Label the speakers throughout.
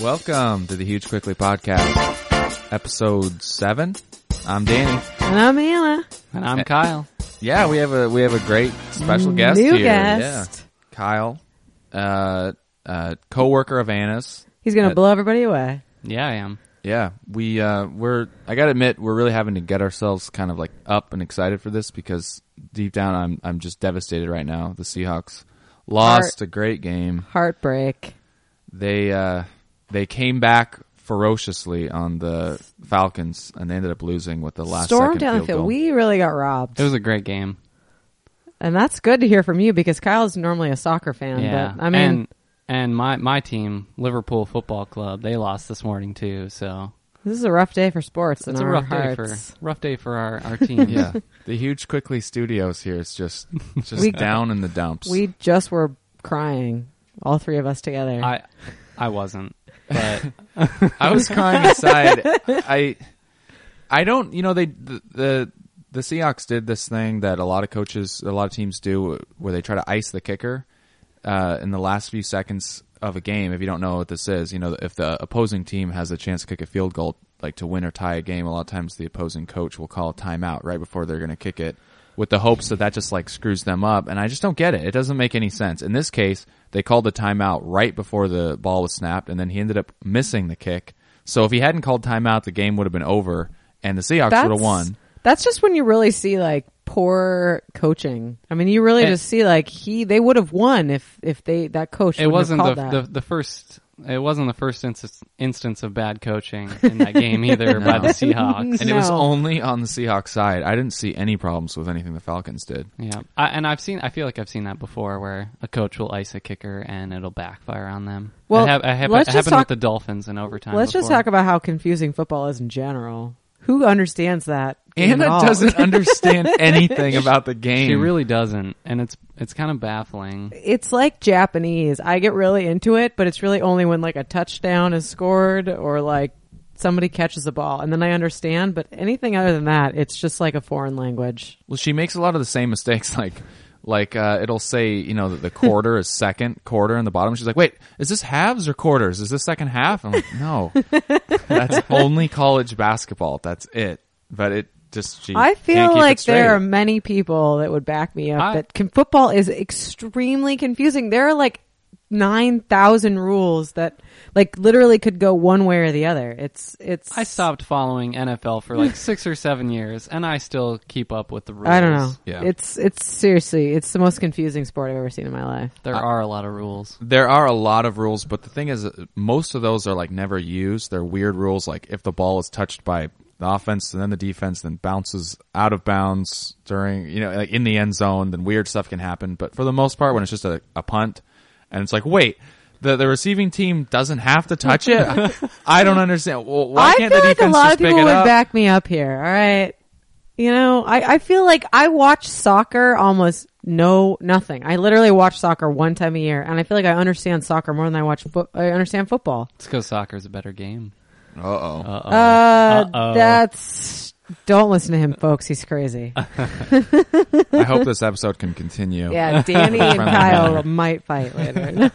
Speaker 1: Welcome to the Huge Quickly Podcast, episode seven. I'm Danny.
Speaker 2: And I'm Anna.
Speaker 3: And I'm Kyle.
Speaker 1: Yeah, we have a we have a great special guest
Speaker 2: New
Speaker 1: here.
Speaker 2: guest.
Speaker 1: Yeah, Kyle, uh, uh, coworker of Anna's.
Speaker 2: He's gonna
Speaker 1: Uh,
Speaker 2: blow everybody away.
Speaker 3: Yeah, I am.
Speaker 1: Yeah, we uh, we're I gotta admit we're really having to get ourselves kind of like up and excited for this because deep down I'm I'm just devastated right now. The Seahawks lost a great game.
Speaker 2: Heartbreak.
Speaker 1: they uh, they came back ferociously on the Falcons and they ended up losing with the last
Speaker 2: Storm
Speaker 1: second
Speaker 2: down the
Speaker 1: field
Speaker 2: field.
Speaker 1: goal.
Speaker 2: We really got robbed.
Speaker 3: It was a great game.
Speaker 2: and that's good to hear from you because Kyle's normally a soccer fan.
Speaker 3: yeah.
Speaker 2: But uh, I mean
Speaker 3: and, and my my team, Liverpool Football Club, they lost this morning too. So
Speaker 2: this is a rough day for sports and
Speaker 3: it's a
Speaker 2: our
Speaker 3: rough day for
Speaker 2: hearts.
Speaker 3: rough day for our our team.
Speaker 1: yeah, the huge quickly studios here is just just
Speaker 2: We-
Speaker 1: down in the dumps.
Speaker 2: We just were crying, all three of us together.
Speaker 3: I I wasn't, but
Speaker 1: I was crying inside. I I don't, you know, they the, the the Seahawks did this thing that a lot of coaches, a lot of teams do, where they try to ice the kicker uh, in the last few seconds of a game. If you don't know what this is, you know, if the opposing team has a chance to kick a field goal, like to win or tie a game, a lot of times the opposing coach will call a timeout right before they're going to kick it, with the hopes that that just like screws them up. And I just don't get it. It doesn't make any sense. In this case, they called the timeout right before the ball was snapped, and then he ended up missing the kick. So if he hadn't called timeout, the game would have been over, and the Seahawks would have won.
Speaker 2: That's just when you really see like poor coaching. I mean, you really
Speaker 3: It-
Speaker 2: just see like he they would have won if if they that coach
Speaker 3: it
Speaker 2: wouldn't
Speaker 3: wasn't
Speaker 2: have
Speaker 3: the,
Speaker 2: called that.
Speaker 3: the the first. It wasn't the first instance, instance of bad coaching in that game either by the
Speaker 1: No.
Speaker 3: Seahawks.
Speaker 1: And it was
Speaker 2: No.
Speaker 1: only on the Seahawks side. I didn't see any problems with anything the Falcons did.
Speaker 3: Yeah, I, and I've seen. I feel like I've seen that before, where a coach will ice a kicker and it'll backfire on them.
Speaker 2: Well,
Speaker 3: it, hap- it hap-
Speaker 2: let's
Speaker 3: it
Speaker 2: just
Speaker 3: happened
Speaker 2: talk-
Speaker 3: with the Dolphins in overtime.
Speaker 2: Let's just
Speaker 3: before.
Speaker 2: talk about how confusing football is in general. Who understands that? game
Speaker 1: Anna
Speaker 2: at all?
Speaker 1: doesn't understand anything about the game.
Speaker 3: She really doesn't, and it's it's kind of baffling.
Speaker 2: it's like Japanese. I get really into it, but it's really only when like a touchdown is scored or like somebody catches a ball and then I understand, but anything other than that, it's just like a foreign language.
Speaker 1: Well, she makes a lot of the same mistakes. Like, like uh, it'll say, you know, that the quarter is second quarter in the bottom. She's like, "Wait, is this halves or quarters? Is this second half?" I'm like, "No, that's only college basketball. That's it." But it just she.
Speaker 2: I
Speaker 1: can't
Speaker 2: feel
Speaker 1: keep
Speaker 2: like
Speaker 1: it
Speaker 2: there are
Speaker 1: straight.
Speaker 2: many people that would back me up
Speaker 3: I-
Speaker 2: that can, football is extremely confusing. There are like 9,000 rules that like literally could go one way or the other. It's it's
Speaker 3: I stopped following NFL for like six or seven years, and I still keep up with the rules.
Speaker 2: I don't know.
Speaker 1: Yeah.
Speaker 2: It's it's seriously, it's the most confusing sport I've ever seen in my life.
Speaker 3: There are a lot of rules.
Speaker 1: There are a lot of rules, but the thing is, uh, most of those are like never used. They're weird rules, like if the ball is touched by the offense and then the defense, then bounces out of bounds during, you know, like in the end zone, then weird stuff can happen. But for the most part, when it's just a, a punt and it's like, wait, the, the receiving team doesn't have to touch it? I don't understand. Well, why
Speaker 2: I
Speaker 1: can't
Speaker 2: feel
Speaker 1: the
Speaker 2: like a
Speaker 1: defense
Speaker 2: lot
Speaker 1: just
Speaker 2: of
Speaker 1: pick
Speaker 2: people
Speaker 1: it
Speaker 2: would
Speaker 1: up?
Speaker 2: back me up here. All right, you know, I, I feel like I watch soccer almost no nothing. I literally watch soccer one time a year, and I feel like I understand soccer more than I watch. Fo- I understand football.
Speaker 3: Let's go. Soccer's a better game.
Speaker 1: Uh-oh.
Speaker 3: Uh-oh.
Speaker 2: Uh,
Speaker 3: Uh-oh.
Speaker 2: that's don't listen to him, folks. He's crazy.
Speaker 1: I hope this episode can continue.
Speaker 2: Yeah, Danny and
Speaker 1: Friendly
Speaker 2: Kyle
Speaker 1: manner.
Speaker 2: might fight later.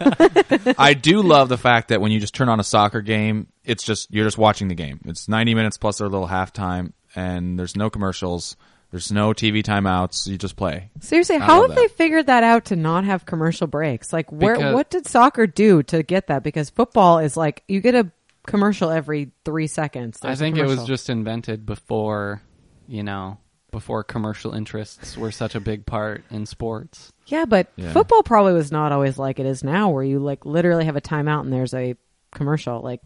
Speaker 1: I do love the fact that when you just turn on a soccer game, it's just you're just watching the game. It's 90 minutes plus their little halftime, and there's no commercials. There's no TV timeouts. You just play.
Speaker 2: Seriously,
Speaker 1: I
Speaker 2: how
Speaker 1: love
Speaker 2: have
Speaker 1: that.
Speaker 2: they figured that out to not have commercial breaks? Like, where
Speaker 3: Because-
Speaker 2: what did soccer do to get that? Because football is like you get a commercial every three seconds.
Speaker 3: I
Speaker 2: There's a
Speaker 3: think it was
Speaker 2: commercial.
Speaker 3: just invented before, you know, before commercial interests were such a big part in sports.
Speaker 2: yeah, but
Speaker 1: Yeah.
Speaker 2: football probably was not always like it is now, where you like literally have a timeout and there's a commercial. Like,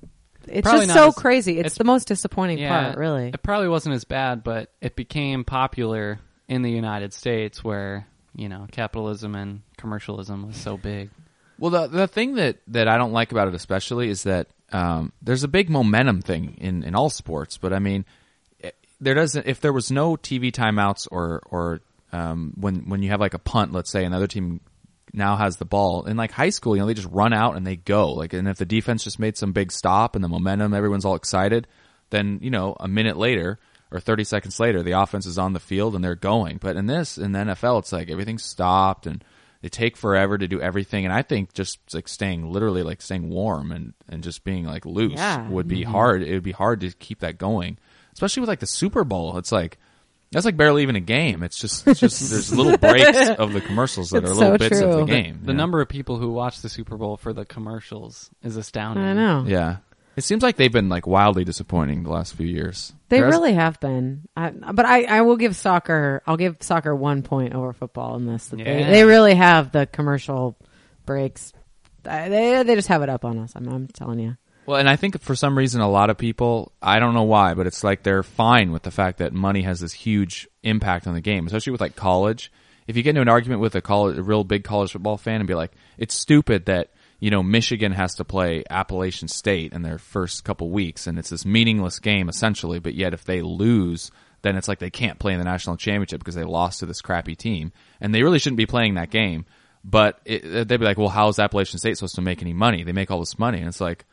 Speaker 2: it's
Speaker 3: Probably
Speaker 2: just
Speaker 3: not
Speaker 2: so
Speaker 3: as-
Speaker 2: crazy. It's,
Speaker 3: it's-
Speaker 2: the most disappointing
Speaker 3: Yeah,
Speaker 2: part, really.
Speaker 3: It probably wasn't as bad, but it became popular in the United States where you know capitalism and commercialism was so big.
Speaker 1: Well, the the thing that that I don't like about it especially is that um, there's a big momentum thing in in all sports. But I mean, eh, there doesn't if there was no TV timeouts or or um, when when you have like a punt, let's say another team now has the ball in like high school, you know, they just run out and they go like, and if the defense just made some big stop and the momentum, everyone's all excited, then you know a minute later. Or 30 seconds later, the offense is on the field and they're going. But in this, in the NFL, it's like everything's stopped and They take forever to do everything, and I think just like staying literally like staying warm and and just being like loose
Speaker 2: Yeah.
Speaker 1: would be hard. It would be hard to keep that going, especially with like the Super Bowl. It's like. That's like barely even a game. It's just, it's just there's little breaks of the commercials that
Speaker 2: It's
Speaker 1: are little
Speaker 2: so
Speaker 1: bits of the
Speaker 2: true.
Speaker 1: game.
Speaker 3: The
Speaker 1: yeah.
Speaker 3: number of people who watch the Super Bowl for the commercials is astounding.
Speaker 2: I know.
Speaker 1: Yeah. It seems like they've been like wildly disappointing the last few years.
Speaker 2: They
Speaker 1: There has-
Speaker 2: really have been, I, but I, I will give soccer. I'll give soccer one point over football in this. That They,
Speaker 3: Yeah.
Speaker 2: they really have the commercial breaks. I- They they just have it up on us. I'm, I'm telling you.
Speaker 1: Well, and I think for some reason a lot of people, I don't know why, but it's like they're fine with the fact that money has this huge impact on the game, especially with like college. If you get into an argument with a college, a real big college football fan and be like, it's stupid that, you know, Michigan has to play Appalachian State in their first couple weeks and it's this meaningless game essentially, but yet if they lose, then it's like they can't play in the national championship because they lost to this crappy team and they really shouldn't be playing that game. But it, they'd be like, well, how's Appalachian State supposed to make any money? They make all this money. And it's like,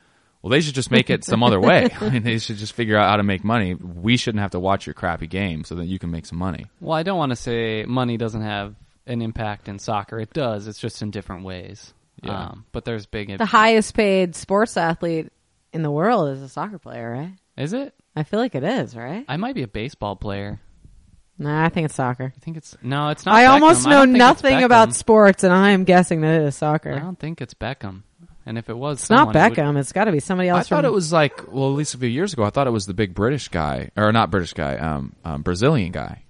Speaker 1: well, they should just make it some other way. I mean, they should just figure out how to make money. We shouldn't have to watch your crappy game so that you can make some money.
Speaker 3: Well, I don't want to say money doesn't have an impact in soccer. It does. It's just in different ways.
Speaker 1: Yeah.
Speaker 3: Um, but there's big.
Speaker 2: The highest paid sports athlete in the world is a soccer player, right?
Speaker 3: is it?
Speaker 2: I feel like it is, right?
Speaker 3: I might be a baseball player.
Speaker 2: Nah, I think it's soccer.
Speaker 3: I think it's no. It's not.
Speaker 2: I
Speaker 3: Beckham.
Speaker 2: almost
Speaker 3: I
Speaker 2: know
Speaker 3: don't think it's
Speaker 2: nothing about
Speaker 3: Beckham.
Speaker 2: sports, and I am guessing that it is
Speaker 3: I
Speaker 2: soccer.
Speaker 3: don't think it's Beckham. And if it was,
Speaker 2: It's not Beckham. It's got to be somebody else.
Speaker 1: I thought it
Speaker 2: from-
Speaker 1: was like, well, at least a few years ago, I thought it was the big British guy, or not British guy, um, um, Brazilian guy.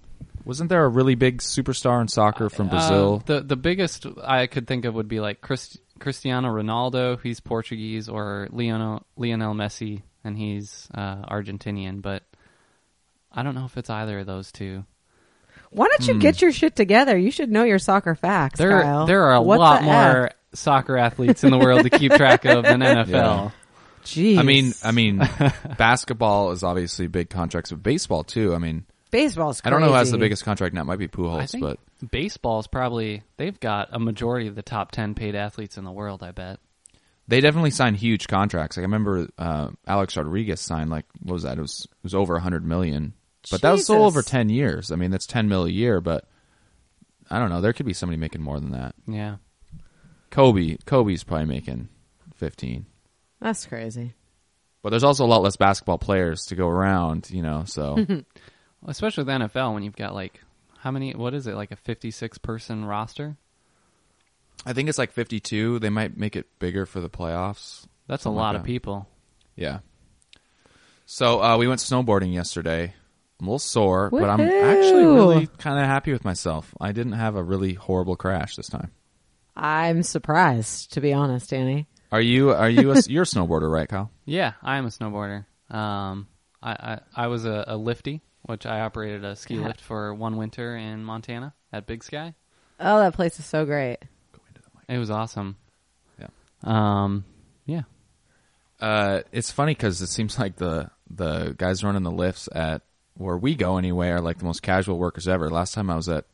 Speaker 1: Wasn't there a really big superstar in soccer
Speaker 2: Uh,
Speaker 1: from Brazil?
Speaker 3: Um, the the biggest I could think of would be like Christ, Cristiano Ronaldo. He's Portuguese, or Lionel Lionel Messi, and he's uh, Argentinian. But I don't know if it's either of those two.
Speaker 2: Why don't you get your shit together? You should know your soccer facts.
Speaker 3: Hmm. There,
Speaker 2: Kyle.
Speaker 3: there are a
Speaker 2: What
Speaker 3: lot
Speaker 2: the
Speaker 3: more
Speaker 2: F?
Speaker 3: soccer athletes in the world to keep track of than NFL.
Speaker 1: Yeah.
Speaker 2: Jeez.
Speaker 1: I mean, I mean, basketball is obviously big contracts, but baseball too. I mean,
Speaker 2: baseball's.
Speaker 1: I don't know who has the
Speaker 2: crazy.
Speaker 1: biggest contract now. It might be
Speaker 3: I
Speaker 1: Pujols,
Speaker 3: think
Speaker 1: but
Speaker 3: baseball's probably they've got a majority of the top ten paid athletes in the world. I bet.
Speaker 1: they definitely signed huge contracts. Like I remember uh, Alex Rodriguez signed like what was that? It was it was over a hundred million, but that was still
Speaker 2: Jesus.
Speaker 1: over ten years. I mean, that's ten mil a year, but I don't know. There could be somebody making more than that.
Speaker 3: Yeah.
Speaker 1: Kobe, Kobe's probably making fifteen,
Speaker 2: That's crazy.
Speaker 1: but there's also a lot less basketball players to go around. You know, so
Speaker 3: Well, especially with NFL when you've got like how many? What is it like a fifty-six person roster?
Speaker 1: I think it's like fifty-two. They might make it bigger for the playoffs.
Speaker 3: That's
Speaker 1: Something
Speaker 3: a
Speaker 1: like
Speaker 3: lot of
Speaker 1: that.
Speaker 3: people.
Speaker 1: Yeah. So uh, we went snowboarding yesterday. I'm a little sore, but I'm
Speaker 2: Woohoo!
Speaker 1: actually really kind of happy with myself. I didn't have a really horrible crash this time.
Speaker 2: I'm surprised, to be honest, Danny.
Speaker 1: Are you? Are you? A, you're a snowboarder, right, Kyle?
Speaker 3: Yeah, I am a snowboarder. Um, I, I I was a, a lifty, which I operated a ski lift for one winter in Montana at Big Sky.
Speaker 2: Oh, that place is so great.
Speaker 3: It was awesome.
Speaker 1: Yeah.
Speaker 3: Um, yeah.
Speaker 1: Uh, it's funny because it seems like the the guys running the lifts at where we go anyway are like the most casual workers ever. Last time I was at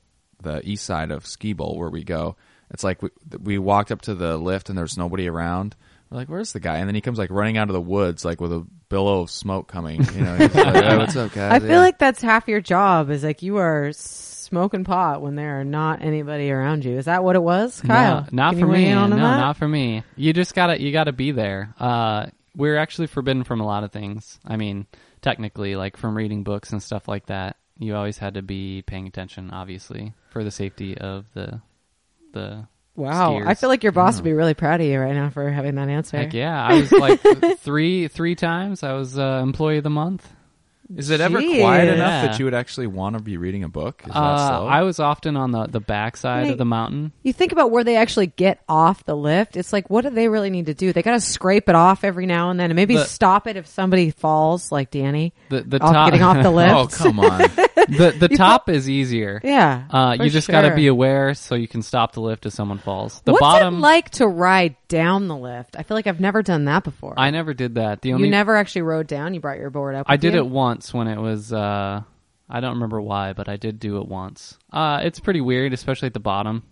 Speaker 1: the east side of Ski Bowl where we go, it's like we, we walked up to the lift and there's nobody around. We're like, "Where's the guy?" And then he comes like running out of the woods, like with a billow of smoke coming. You know, he's like, "Oh, "Hey, what's up, guys?"
Speaker 2: I feel
Speaker 1: Yeah.
Speaker 2: like that's half your job is like you are smoking pot when there are not anybody around you. Is that what it was, Kyle?
Speaker 3: No, not
Speaker 2: Can
Speaker 3: for
Speaker 2: you weigh
Speaker 3: me.
Speaker 2: in
Speaker 3: No,
Speaker 2: on that?
Speaker 3: not for me. You just gotta you gotta be there. Uh, we're actually forbidden from a lot of things. I mean, technically, like from reading books and stuff like that. You always had to be paying attention, obviously, for the safety of the the.
Speaker 2: wow.
Speaker 3: skiers.
Speaker 2: I feel like your boss would be really proud of you right now for having that answer.
Speaker 3: Heck yeah, I was like three three times. I was uh, employee of the month.
Speaker 1: is it ever quiet
Speaker 2: Jeez.
Speaker 1: enough
Speaker 3: Yeah.
Speaker 1: that you would actually want to be reading a book? Is that
Speaker 3: Uh,
Speaker 1: so?
Speaker 3: I was often on the the backside
Speaker 2: Wait.
Speaker 3: of the mountain.
Speaker 2: You think about where they actually get off the lift. It's like, what do they really need to do? They got to scrape it off every now and then, and maybe
Speaker 3: The-
Speaker 2: stop it if somebody falls, like Danny,
Speaker 3: The the
Speaker 2: off,
Speaker 3: top
Speaker 2: getting off the lift.
Speaker 1: oh come on!
Speaker 3: the the top is easier.
Speaker 2: Yeah,
Speaker 3: Uh,
Speaker 2: for
Speaker 3: you just got to
Speaker 2: sure.
Speaker 3: be aware so you can stop the lift if someone falls. The
Speaker 2: What's
Speaker 3: bottom,
Speaker 2: it like to ride down the lift? I feel like I've never done that before.
Speaker 3: I never did that. The only
Speaker 2: you never actually rode down. You brought your board up.
Speaker 3: I
Speaker 2: with
Speaker 3: did
Speaker 2: you?
Speaker 3: it once when it was. Uh, I don't remember why, but I did do it once. Uh, it's pretty weird, especially at the bottom.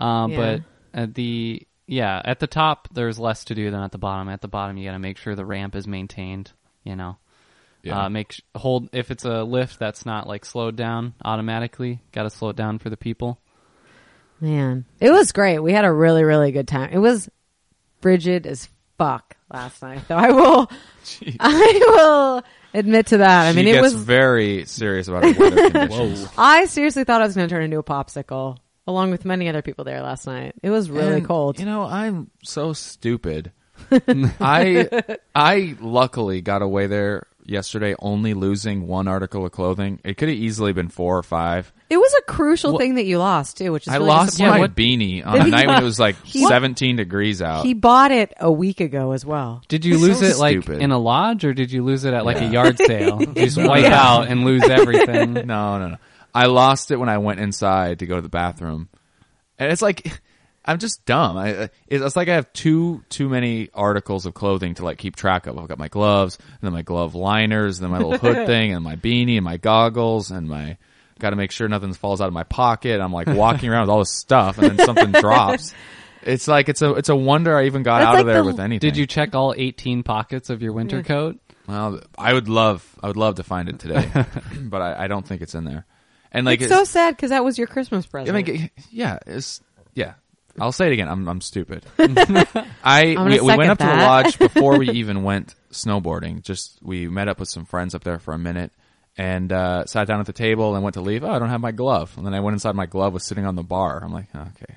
Speaker 3: Uh,
Speaker 2: Yeah.
Speaker 3: But at the yeah, at the top there's less to do than at the bottom. At the bottom, you got to make sure the ramp is maintained. You know,
Speaker 1: Yeah.
Speaker 3: uh, make sh- hold if it's a lift that's not like slowed down automatically. Got to slow it down for the people.
Speaker 2: Man, it was great. We had a really, really good time. It was frigid as fuck last night, though. I will, I will admit to that. I mean,
Speaker 1: she
Speaker 2: it
Speaker 1: gets
Speaker 2: was.
Speaker 1: very serious about her weather conditions.
Speaker 2: I seriously thought I was going to turn into a popsicle, along with many other people there last night. It was really
Speaker 1: And,
Speaker 2: cold.
Speaker 1: You know, I'm so stupid. I I luckily got away there yesterday only losing one article of clothing. It could have easily been four or five.
Speaker 2: it was a crucial thing that you lost too, which is
Speaker 1: I
Speaker 2: really
Speaker 1: lost
Speaker 2: disappointing.
Speaker 1: my
Speaker 3: what-
Speaker 1: beanie on a night when it was like 17 degrees out.
Speaker 2: He bought it a week ago as well.
Speaker 3: Did you lose
Speaker 1: so
Speaker 3: it like
Speaker 1: stupid.
Speaker 3: in a lodge, or did you lose it at like a yard sale? You just wipe out and lose everything.
Speaker 1: no, no, no. I lost it when I went inside to go to the bathroom, and it's like I'm just dumb. I, I- it's like I have too too many articles of clothing to like keep track of. I've got my gloves, and then my glove liners, and then my little hood thing, and my beanie, and my goggles, and my got to make sure nothing falls out of my pocket. I'm like walking around with all this stuff, and then something drops. It's like it's a it's a wonder I even got
Speaker 2: That's
Speaker 1: out
Speaker 2: like
Speaker 1: of there
Speaker 2: the-
Speaker 1: with anything.
Speaker 3: Did you check all 18 pockets of your winter coat?
Speaker 1: Well, I would love, I would love to find it today, but I, I don't think it's in there. And like,
Speaker 2: It's so sad because that was your Christmas
Speaker 1: I
Speaker 2: present.
Speaker 1: mean, g- yeah, it's yeah. I'll say it again. I'm I'm stupid. I
Speaker 2: gonna
Speaker 1: we, we
Speaker 2: second
Speaker 1: went up to the
Speaker 2: that.
Speaker 1: lodge before we even went snowboarding. Just we met up with some friends up there for a minute and uh, sat down at the table and went to leave. Oh, I don't have my glove. And then I went inside. My glove was sitting on the bar. I'm like, okay,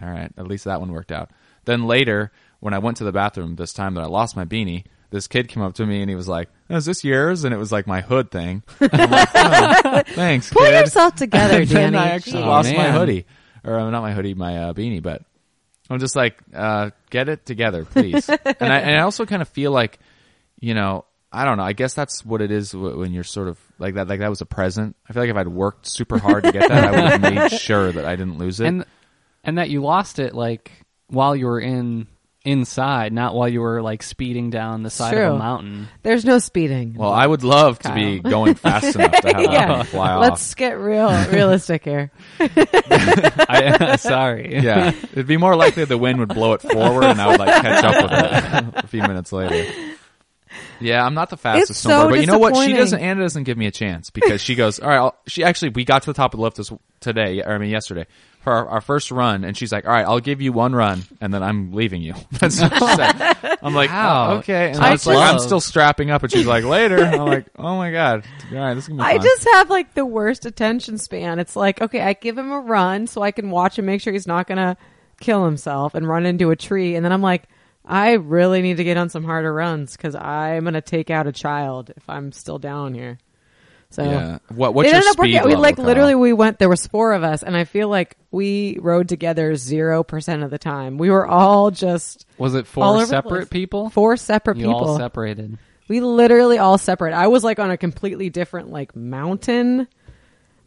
Speaker 1: all right. At least that one worked out. Then later, when I went to the bathroom this time that I lost my beanie, this kid came up to me and he was like, oh, "Is this yours?" And it was like my hood thing. I'm like, "Oh, thanks,
Speaker 2: Pull
Speaker 1: kid
Speaker 2: yourself together,
Speaker 1: and then
Speaker 2: Danny.
Speaker 1: I actually
Speaker 3: Jeez.
Speaker 1: lost
Speaker 3: Oh,
Speaker 1: my
Speaker 3: man.
Speaker 1: hoodie, or uh, not my hoodie, my uh, beanie. But I'm just like, uh, get it together, please. and, I, and I also kind of feel like, you know, I don't know. I guess that's what it is w- when you're sort of like that. Like that was a present. I feel like if I'd worked super hard to get that, I would have made sure that I didn't lose it.
Speaker 3: And and that you lost it like while you were in inside, not while you were like speeding down the side of
Speaker 2: true.
Speaker 3: a mountain.
Speaker 2: There's no speeding.
Speaker 1: well, I would love to be going fast enough to have that
Speaker 2: yeah,
Speaker 1: thing fly off.
Speaker 2: let's get real realistic here.
Speaker 3: I, sorry.
Speaker 1: yeah, it'd be more likely the wind would blow it forward, and I would like catch up with it a few minutes later. Yeah, I'm not the fastest
Speaker 2: It's
Speaker 1: snowboarder,
Speaker 2: so
Speaker 1: but you know what? She
Speaker 2: disappointing.
Speaker 1: doesn't. Anna doesn't give me a chance because she goes, "All right." I'll, she actually, we got to the top of the lift this today, or I mean yesterday, for our, our first run, and she's like, "All right, I'll give you one run, and then I'm leaving you." That's what she said. I'm like,
Speaker 3: Wow.
Speaker 1: oh, okay. And
Speaker 3: I
Speaker 1: I was like, I'm
Speaker 3: just-
Speaker 1: still strapping up, and she's like, "Later." I'm like, "Oh my god, all right, this is gonna be
Speaker 2: I
Speaker 1: fun."
Speaker 2: just have like the worst attention span. It's like, okay, I give him a run so I can watch and make sure he's not going to kill himself and run into a tree. And then I'm like, I really need to get on some harder runs because I'm going to take out a child if I'm still down here. So
Speaker 1: yeah. What? What's
Speaker 2: it
Speaker 1: your
Speaker 2: ended up
Speaker 1: speed
Speaker 2: working. out. We
Speaker 1: level,
Speaker 2: like
Speaker 1: Kyle?
Speaker 2: literally we went. There was four of us, and I feel like we rode together zero percent of the time. We were all just
Speaker 3: Was it
Speaker 2: all over the
Speaker 3: four separate
Speaker 2: place.
Speaker 3: people?
Speaker 2: Four separate
Speaker 3: you
Speaker 2: people.
Speaker 3: all separated.
Speaker 2: We literally all separate. I was like on a completely different like mountain.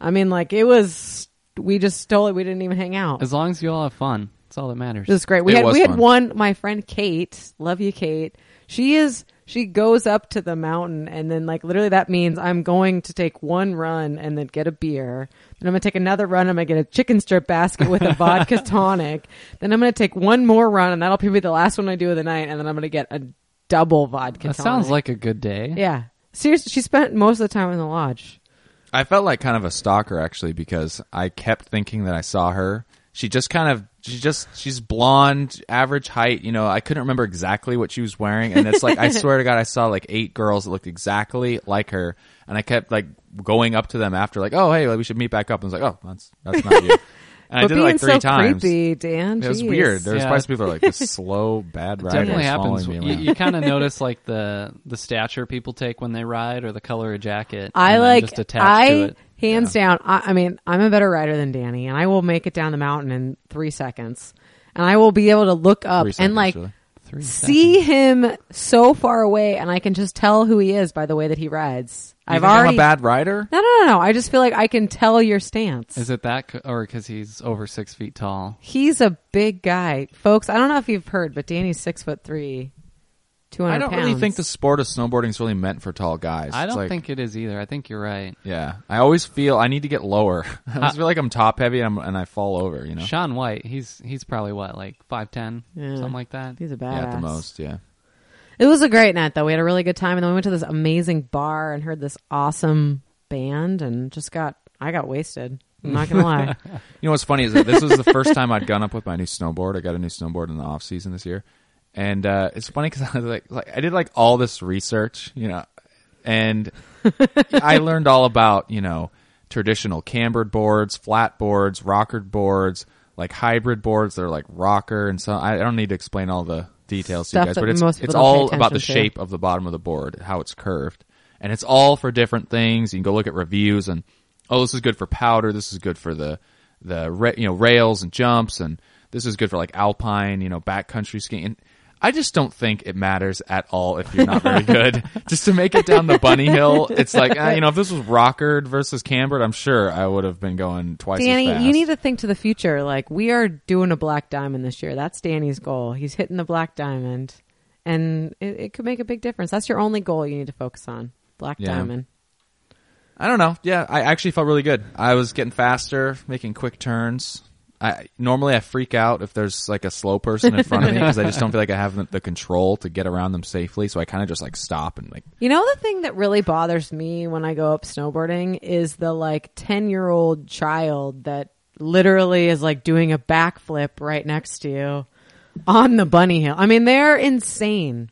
Speaker 2: I mean, like it was. We just stole it. We didn't even hang out. It
Speaker 3: As long as you all have fun, that's all that matters.
Speaker 2: was great. We
Speaker 1: It
Speaker 2: had
Speaker 1: was
Speaker 2: we had
Speaker 1: fun.
Speaker 2: one. My friend Kate, love you, Kate. She is. She goes up to the mountain, and then like literally that means I'm going to take one run and then get a beer. Then I'm gonna take another run. I'm gonna get a chicken strip basket with a vodka tonic. Then I'm gonna take one more run, and that'll probably be the last one I do of the night. And then I'm gonna get a double vodka.
Speaker 3: that
Speaker 2: tonic.
Speaker 3: sounds like a good day.
Speaker 2: Yeah. Seriously, she spent most of the time in the lodge.
Speaker 1: I felt like kind of a stalker actually because I kept thinking that I saw her. She just kind of she just she's blonde, average height, you know, I couldn't remember exactly what she was wearing and it's like I swear to god I saw like eight girls that looked exactly like her and I kept like going up to them after like, "Oh, hey, we should meet back up." And I was like, "Oh, that's that's not you." And I
Speaker 2: but
Speaker 1: did it
Speaker 2: being
Speaker 1: like 3
Speaker 2: so
Speaker 1: times.
Speaker 2: creepy, Dan.
Speaker 1: It was
Speaker 2: jeez.
Speaker 1: weird. There was
Speaker 3: Yeah.
Speaker 1: probably some people that were like this slow bad rider
Speaker 3: definitely
Speaker 1: is following
Speaker 3: happens.
Speaker 1: me
Speaker 3: You,
Speaker 1: around."
Speaker 3: you kind of notice like the the stature people take when they ride, or the color of jacket.
Speaker 2: I
Speaker 3: and then
Speaker 2: like.
Speaker 3: just attached
Speaker 2: I
Speaker 3: to it.
Speaker 2: hands down. I, I mean, I'm a better rider than Danny, and I will make it down the mountain in three seconds, and I will be able to look up
Speaker 1: Three
Speaker 2: and
Speaker 1: seconds,
Speaker 2: like
Speaker 1: really.
Speaker 3: Three
Speaker 2: see him so far away, and I can just tell who he is by the way that he rides.
Speaker 1: You
Speaker 2: I've
Speaker 1: think I'm
Speaker 2: already.
Speaker 1: a bad rider.
Speaker 2: no, no, no, no. I just feel like I can tell your stance.
Speaker 3: Is it that, c- or because he's over six feet tall?
Speaker 2: He's a big guy, folks. I don't know if you've heard, but Danny's six foot three, two hundred.
Speaker 1: I don't really think the sport of snowboarding is really meant for tall guys.
Speaker 3: I
Speaker 1: It's
Speaker 3: don't
Speaker 1: like-
Speaker 3: think it is either. I think you're right.
Speaker 1: Yeah, I always feel I need to get lower. I always feel like I'm top heavy and, I'm, and I fall over. You know,
Speaker 3: Sean White, he's he's probably what like five ten,
Speaker 2: Yeah.
Speaker 3: something like that.
Speaker 2: He's a badass.
Speaker 1: yeah, at the most. Yeah,
Speaker 2: It was a great night, though. We had a really good time, and then we went to this amazing bar and heard this awesome band, and just got I got wasted. It I'm not gonna lie.
Speaker 1: You know what's funny is that this was the first time I'd gone up with my new snowboard. I got a new snowboard in the off season this year, and uh, it's funny because I was like, like I did like all this research, you know, and I learned all about you know traditional cambered boards, flat boards, rockered boards, like hybrid boards that are like rocker and so. I don't need to explain all the details to you
Speaker 2: Stuff
Speaker 1: guys,
Speaker 2: that
Speaker 1: but it's
Speaker 2: most people
Speaker 1: it's
Speaker 2: don't
Speaker 1: all
Speaker 2: pay
Speaker 1: about the
Speaker 2: attention to.
Speaker 1: shape shape of the bottom of the board, how it's curved. And it's all for different things. You can go look at reviews and, oh, this is good for powder. This is good for the, the, ra- you know, rails and jumps. And this is good for like alpine, you know, backcountry skiing. And I just don't think it matters at all if you're not very good. just to make it down the bunny hill, it's like, uh, you know, if this was rockered versus cambered, I'm sure I would have been going twice as fast.
Speaker 2: Danny, you need to think to the future. Like we are doing a black diamond this year. That's Danny's goal. He's hitting the black diamond, and it, it could make a big difference. That's your only goal. You need to focus on black
Speaker 1: Yeah.
Speaker 2: diamond.
Speaker 1: I don't know. Yeah, I actually felt really good. I was getting faster, making quick turns. I normally I freak out if there's like a slow person in front of me because I just don't feel like I have the, the control to get around them safely. So I kind of just like stop and like
Speaker 2: You know the thing that really bothers me when I go up snowboarding is the like 10-year-old child that literally is like doing a backflip right next to you on the bunny hill. I mean, they're insane.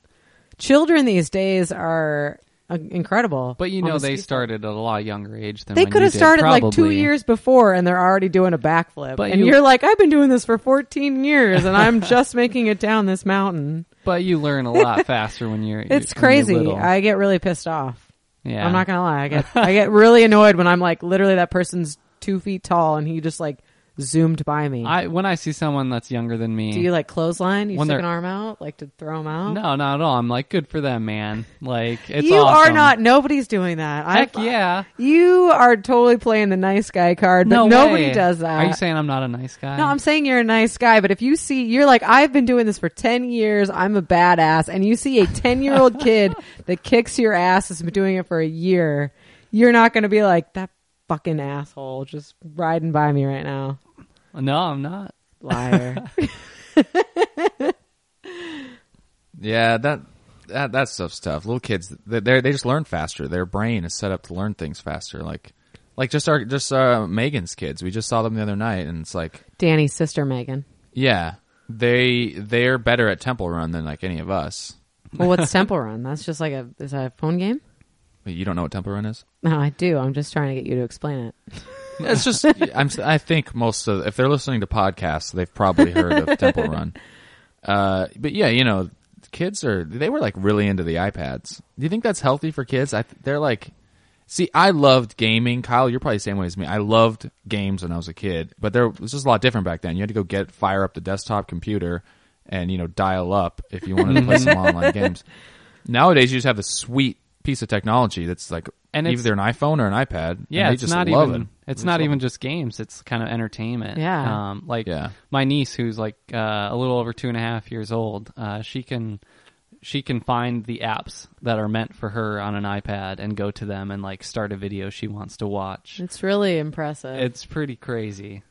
Speaker 2: Children these days are uh, incredible.
Speaker 3: But you
Speaker 2: on
Speaker 3: know
Speaker 2: the
Speaker 3: they
Speaker 2: ski-
Speaker 3: started at a lot younger age than
Speaker 2: They
Speaker 3: when
Speaker 2: could
Speaker 3: you
Speaker 2: have
Speaker 3: did,
Speaker 2: started like 2
Speaker 3: probably.
Speaker 2: years before and they're already doing a backflip.
Speaker 3: But
Speaker 2: and
Speaker 3: you-
Speaker 2: you're like, "I've been doing this for 14 years and I'm just making it down this mountain."
Speaker 3: But you learn a lot faster when you're.
Speaker 2: It's
Speaker 3: when you're
Speaker 2: crazy.
Speaker 3: little.
Speaker 2: I get really pissed off.
Speaker 3: yeah.
Speaker 2: I'm not gonna lie. I get I get really annoyed when I'm like literally that person's two feet tall and he just like zoomed by me.
Speaker 3: I when I see someone that's younger than me.
Speaker 2: Do you like clothesline? You
Speaker 3: When
Speaker 2: stick
Speaker 3: they're-
Speaker 2: an arm out, like to throw him out?
Speaker 3: no, not at all. I'm like, good for them, man. Like it's
Speaker 2: you
Speaker 3: awesome.
Speaker 2: are not. Nobody's doing that. I-
Speaker 3: Heck yeah.
Speaker 2: You are totally playing the nice guy card, but
Speaker 3: No,
Speaker 2: nobody
Speaker 3: way.
Speaker 2: does that.
Speaker 3: Are you saying I'm not a nice guy?
Speaker 2: no, I'm saying you're a nice guy, but if you see, you're like, I've been doing this for 10 years, I'm a badass, and you see a 10 year old kid that kicks your ass, has been doing it for a year, you're not going to be like, that fucking asshole just riding by me right now.
Speaker 3: No, I'm not.
Speaker 2: Liar.
Speaker 1: yeah that that that stuff's tough. Little kids they they're- they just learn faster. Their brain is set up to learn things faster. Like like just our just uh, Megan's kids. We just saw them the other night and it's like
Speaker 2: Danny's sister, Megan.
Speaker 1: yeah they they're better at Temple Run than like any of us.
Speaker 2: Well, what's Temple Run? That's just like a, is that a phone game?
Speaker 1: Wait, You don't know what Temple Run is?
Speaker 2: No, I do. I'm just trying to get you to explain it.
Speaker 1: It's just I'm, I think most of if they're listening to podcasts, they've probably heard of Temple Run. Uh, but yeah, you know, kids are they were like really into the iPads. Do you think that's healthy for kids? I th- they're like, see, I loved gaming. Kyle, you're probably the same way as me. I loved games when I was a kid, but there was just a lot different back then. You had to go get fire up the desktop computer and you know dial up if you wanted to play some online games. Nowadays, you just have a sweet piece of technology that's like.
Speaker 3: And it's-
Speaker 1: either an iPhone or an iPad. and
Speaker 3: Yeah,
Speaker 1: they
Speaker 3: it's
Speaker 1: just
Speaker 3: not
Speaker 1: love
Speaker 3: even
Speaker 1: it.
Speaker 3: it's
Speaker 1: They
Speaker 3: not
Speaker 1: just love
Speaker 3: even just games. It's kind of entertainment.
Speaker 2: Yeah.
Speaker 3: Um, like
Speaker 1: Yeah.
Speaker 3: my niece, who's like uh, a little over two and a half years old, uh, she can she can find the apps that are meant for her on an iPad and go to them and like start a video she wants to watch.
Speaker 2: It's really impressive.
Speaker 3: It's pretty crazy.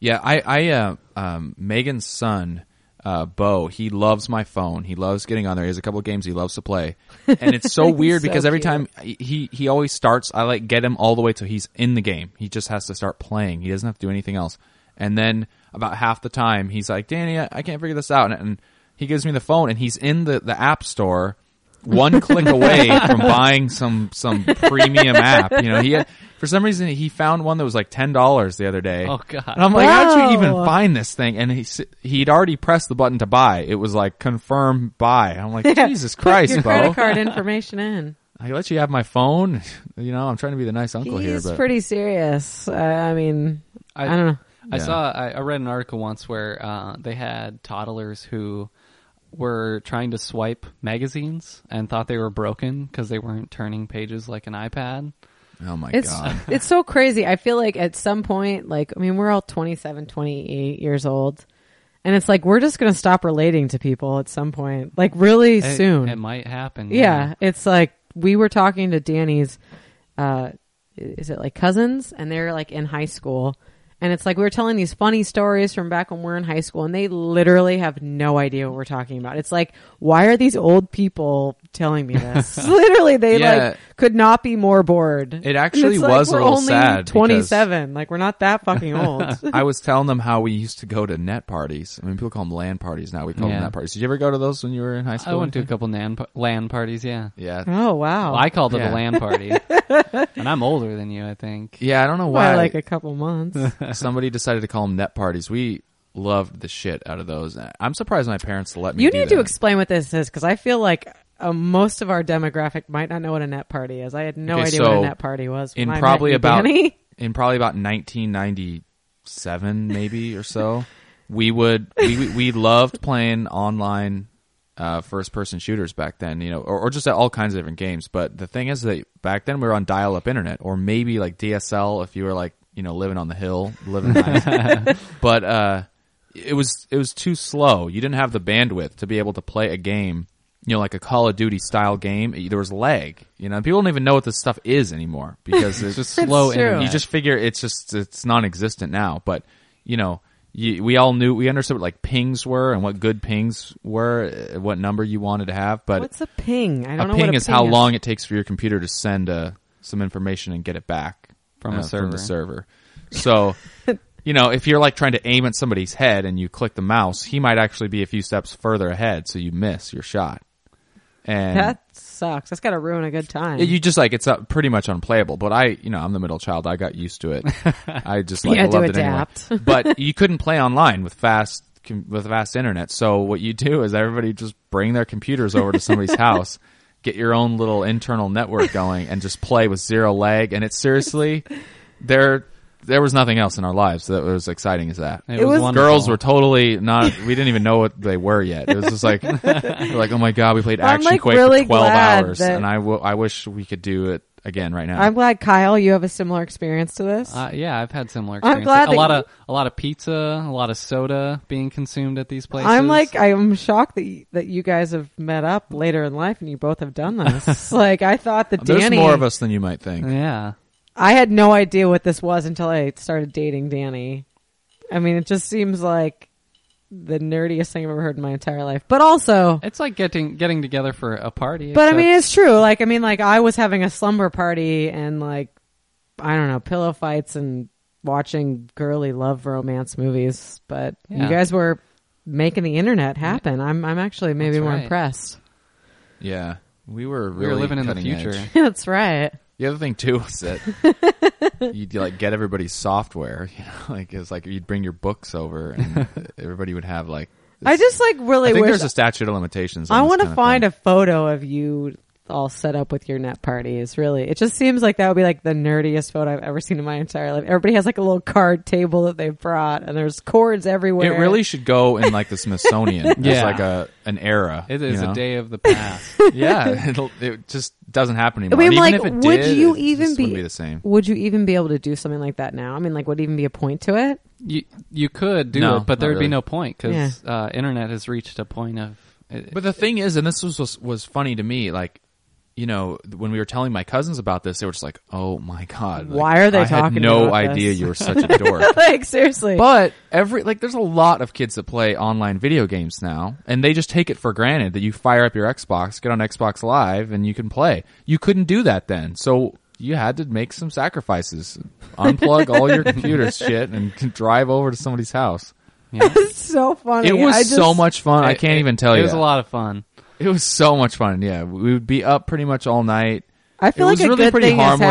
Speaker 1: Yeah, I, I, uh, um, Megan's son, uh, Bo, he loves my phone. He loves getting on there. He has a couple of games he loves to play, and it's so weird
Speaker 2: So
Speaker 1: because every
Speaker 2: cute.
Speaker 1: time he he always starts, I like get him all the way till he's in the game. He just has to start playing. He doesn't have to do anything else. And then about half the time, he's like, "Danny, I, I can't figure this out," and, and he gives me the phone, and he's in the the app store. one click away from buying some some premium app, you know. He had, for some reason he found one that was like ten dollars the other day.
Speaker 3: Oh, God.
Speaker 1: And I'm like, how'd you even
Speaker 2: Wow.
Speaker 1: find this thing? And he s- he'd already pressed the button to buy. It was like confirm buy. I'm like, Jesus Christ,
Speaker 2: your
Speaker 1: Bo!
Speaker 2: credit card information in.
Speaker 1: I let you have my phone. You know, I'm trying to be the nice uncle here,
Speaker 2: He's
Speaker 1: but
Speaker 2: pretty serious. I, I mean, I, don't know.
Speaker 3: I
Speaker 1: Yeah.
Speaker 3: saw I, I read an article once where uh, they had toddlers who were trying to swipe magazines and thought they were broken because they weren't turning pages like an iPad.
Speaker 1: oh my
Speaker 2: It's
Speaker 1: god,
Speaker 2: it's so crazy. I feel like at some point, like I mean, we're all 27, 28 years old, and it's like we're just gonna stop relating to people at some point, like really
Speaker 3: It-
Speaker 2: soon.
Speaker 3: it might happen.
Speaker 2: Yeah, it's like we were talking to Danny's, uh, is it like cousins? And they're like in high school, And it's like we were telling these funny stories from back when we we're in high school, and they literally have no idea what we're talking about. It's like, why are these old people telling me this? literally, they
Speaker 1: Yeah.
Speaker 2: like could not be more bored. And
Speaker 1: actually
Speaker 2: it's
Speaker 1: was a
Speaker 2: like, we're
Speaker 1: little
Speaker 2: only
Speaker 1: sad because-
Speaker 2: Twenty-seven, like we're not that fucking old.
Speaker 1: I was telling them how we used to go to net parties. I mean, people call them land parties now. We call them
Speaker 3: Yeah.
Speaker 1: net parties. Did you ever go to those when you were in high school?
Speaker 3: I went to a couple nan- land parties. Yeah,
Speaker 1: Yeah.
Speaker 2: oh wow,
Speaker 3: Well, I called it
Speaker 1: Yeah.
Speaker 3: a land party, and I'm older than you. I think.
Speaker 1: Yeah, I don't know
Speaker 2: By
Speaker 1: why.
Speaker 2: like a couple months.
Speaker 1: somebody decided to call them net parties. We loved the shit out of those. I'm surprised my parents let me.
Speaker 2: you
Speaker 1: do
Speaker 2: need
Speaker 1: that.
Speaker 2: to explain what this is because I feel like uh, most of our demographic might not know what a net party is. I had no
Speaker 1: Okay,
Speaker 2: idea
Speaker 1: so
Speaker 2: what a net party was. When
Speaker 1: in
Speaker 2: I met
Speaker 1: probably
Speaker 2: you,
Speaker 1: about
Speaker 2: Danny.
Speaker 1: in probably about 1997 maybe or so we would we we- we loved playing online uh, first person shooters back then you know or, or just all kinds of different games but the thing is that back then we were on dial up internet or maybe like DSL if you were like you know living on the hill living nice but uh it was it was too slow you didn't have the bandwidth to be able to play a game you know like a Call of Duty style game there was lag you know and people don't even know what this stuff is anymore because it's
Speaker 3: It's just slow
Speaker 2: true.
Speaker 3: internet.
Speaker 1: you just figure it's just it's non-existent now but you know you, we all knew we understood what like pings were and what good pings were uh, what number you wanted to have but
Speaker 2: What's a ping? I don't
Speaker 1: a
Speaker 2: know.
Speaker 1: ping
Speaker 2: what a
Speaker 1: is how long it takes for your computer to send uh, some information and get it back
Speaker 3: From a
Speaker 1: uh, from the
Speaker 3: server.
Speaker 1: server so you know if you're like trying to aim at somebody's head and you click the mouse he might actually be a few steps further ahead so you miss your shot and
Speaker 2: That sucks. That's got to ruin a good time.
Speaker 1: yeah, you just like it's uh, pretty much unplayable. But I, you know, I'm the middle child. I got used to it. I just like
Speaker 2: You had to
Speaker 1: loved it
Speaker 2: adapt.
Speaker 1: anyway. But you couldn't play online with fast com- with fast internet. So what you do is everybody just bring their computers over to somebody's house, get your own little internal network going, and just play with zero lag. And it's seriously there. There was nothing else in our lives that was exciting as that.
Speaker 3: It,
Speaker 2: It
Speaker 3: was,
Speaker 2: was-
Speaker 3: wonderful.
Speaker 1: Girls were totally not. We didn't even know what they were yet. It was just like, we're like oh my god, we played
Speaker 2: I'm,
Speaker 1: Action
Speaker 2: like,
Speaker 1: Quake
Speaker 2: really
Speaker 1: for twelve
Speaker 2: glad
Speaker 1: hours,
Speaker 2: that-
Speaker 1: and I, w- I wish we could do it again right now.
Speaker 2: I'm glad, Kyle, you have a similar experience to this.
Speaker 3: Uh, yeah, I've had similar.
Speaker 2: I'm
Speaker 3: Experiences.
Speaker 2: glad
Speaker 3: a
Speaker 2: that
Speaker 3: lot
Speaker 2: you-
Speaker 3: of a lot of pizza, a lot of soda being consumed at these places.
Speaker 2: I'm like, I'm shocked that you, that you guys have met up later in life and you both have done this. like, I thought that
Speaker 1: There's
Speaker 2: Danny.
Speaker 1: more of us than you might think.
Speaker 3: yeah,
Speaker 2: I had no idea what this was until I started dating Danny. I mean, it just seems like the nerdiest thing I've ever heard in my entire life. But also,
Speaker 3: it's like getting getting together for a party.
Speaker 2: but I mean,
Speaker 3: except-
Speaker 2: it's true. Like, I mean, like I was having a slumber party and like I don't know, pillow fights and watching girly love romance movies. But you
Speaker 3: Yeah.
Speaker 2: guys were making the internet happen. I'm I'm actually maybe
Speaker 3: That's
Speaker 2: more
Speaker 3: right.
Speaker 2: impressed.
Speaker 1: Yeah, we were
Speaker 3: we
Speaker 1: really
Speaker 3: were living in the
Speaker 1: cutting
Speaker 3: future.
Speaker 1: edge.
Speaker 2: That's right.
Speaker 1: The other thing too was that you'd like get everybody's software. You know, like it's like you'd bring your books over, and everybody would have like.
Speaker 2: I just like really
Speaker 1: I think
Speaker 2: wish
Speaker 1: there's a statute of limitations.
Speaker 2: I
Speaker 1: want
Speaker 2: to find a photo of you all set up with your net parties. Really, it just seems like that would be like the nerdiest photo I've ever seen in my entire life. Everybody has like a little card table that they brought, and there's cords
Speaker 1: It
Speaker 2: everywhere.
Speaker 1: really should go in like the Smithsonian. It's
Speaker 3: Yeah.
Speaker 1: like a an era.
Speaker 3: It
Speaker 1: you
Speaker 3: is
Speaker 1: know?
Speaker 3: a day of the past.
Speaker 1: Yeah, it'll, it just doesn't happen anymore.
Speaker 2: I mean,
Speaker 1: And
Speaker 2: like,
Speaker 1: even if it
Speaker 2: would
Speaker 1: did,
Speaker 2: you
Speaker 1: it
Speaker 2: even
Speaker 1: just wouldn't
Speaker 2: be,
Speaker 1: the same?
Speaker 2: Would you even be able to do something like that now? I mean, like, would even be a point to it?
Speaker 3: you you could do
Speaker 1: No,
Speaker 3: it, but there
Speaker 1: not
Speaker 3: would
Speaker 1: really.
Speaker 3: be no point because uh, internet has reached a point of. It,
Speaker 1: But the thing is, and this was, was was funny to me, like you know, when we were telling my cousins about this, they were just like, "Oh my god, like,
Speaker 2: Why are they
Speaker 1: I had
Speaker 2: talking
Speaker 1: no
Speaker 2: about
Speaker 1: idea
Speaker 2: this?
Speaker 1: you were such a dork.
Speaker 2: like, seriously.
Speaker 1: But every like, there's a lot of kids that play online video games now, and they just take it for granted that you fire up your Xbox, get on Xbox Live, and you can play. You couldn't do that then, so you had to make some sacrifices, unplug all your computer shit, and drive over to somebody's house.
Speaker 2: it's so funny.
Speaker 1: It was
Speaker 2: I just-
Speaker 1: so much fun. I can't
Speaker 3: it-
Speaker 1: even tell you.
Speaker 3: It was
Speaker 1: that.
Speaker 3: a lot of fun.
Speaker 1: It was so much fun. Yeah, we would be up pretty much all night.
Speaker 2: I feel
Speaker 1: it
Speaker 2: like
Speaker 1: was
Speaker 2: a
Speaker 1: really
Speaker 2: good
Speaker 1: pretty
Speaker 2: thing is
Speaker 1: harmless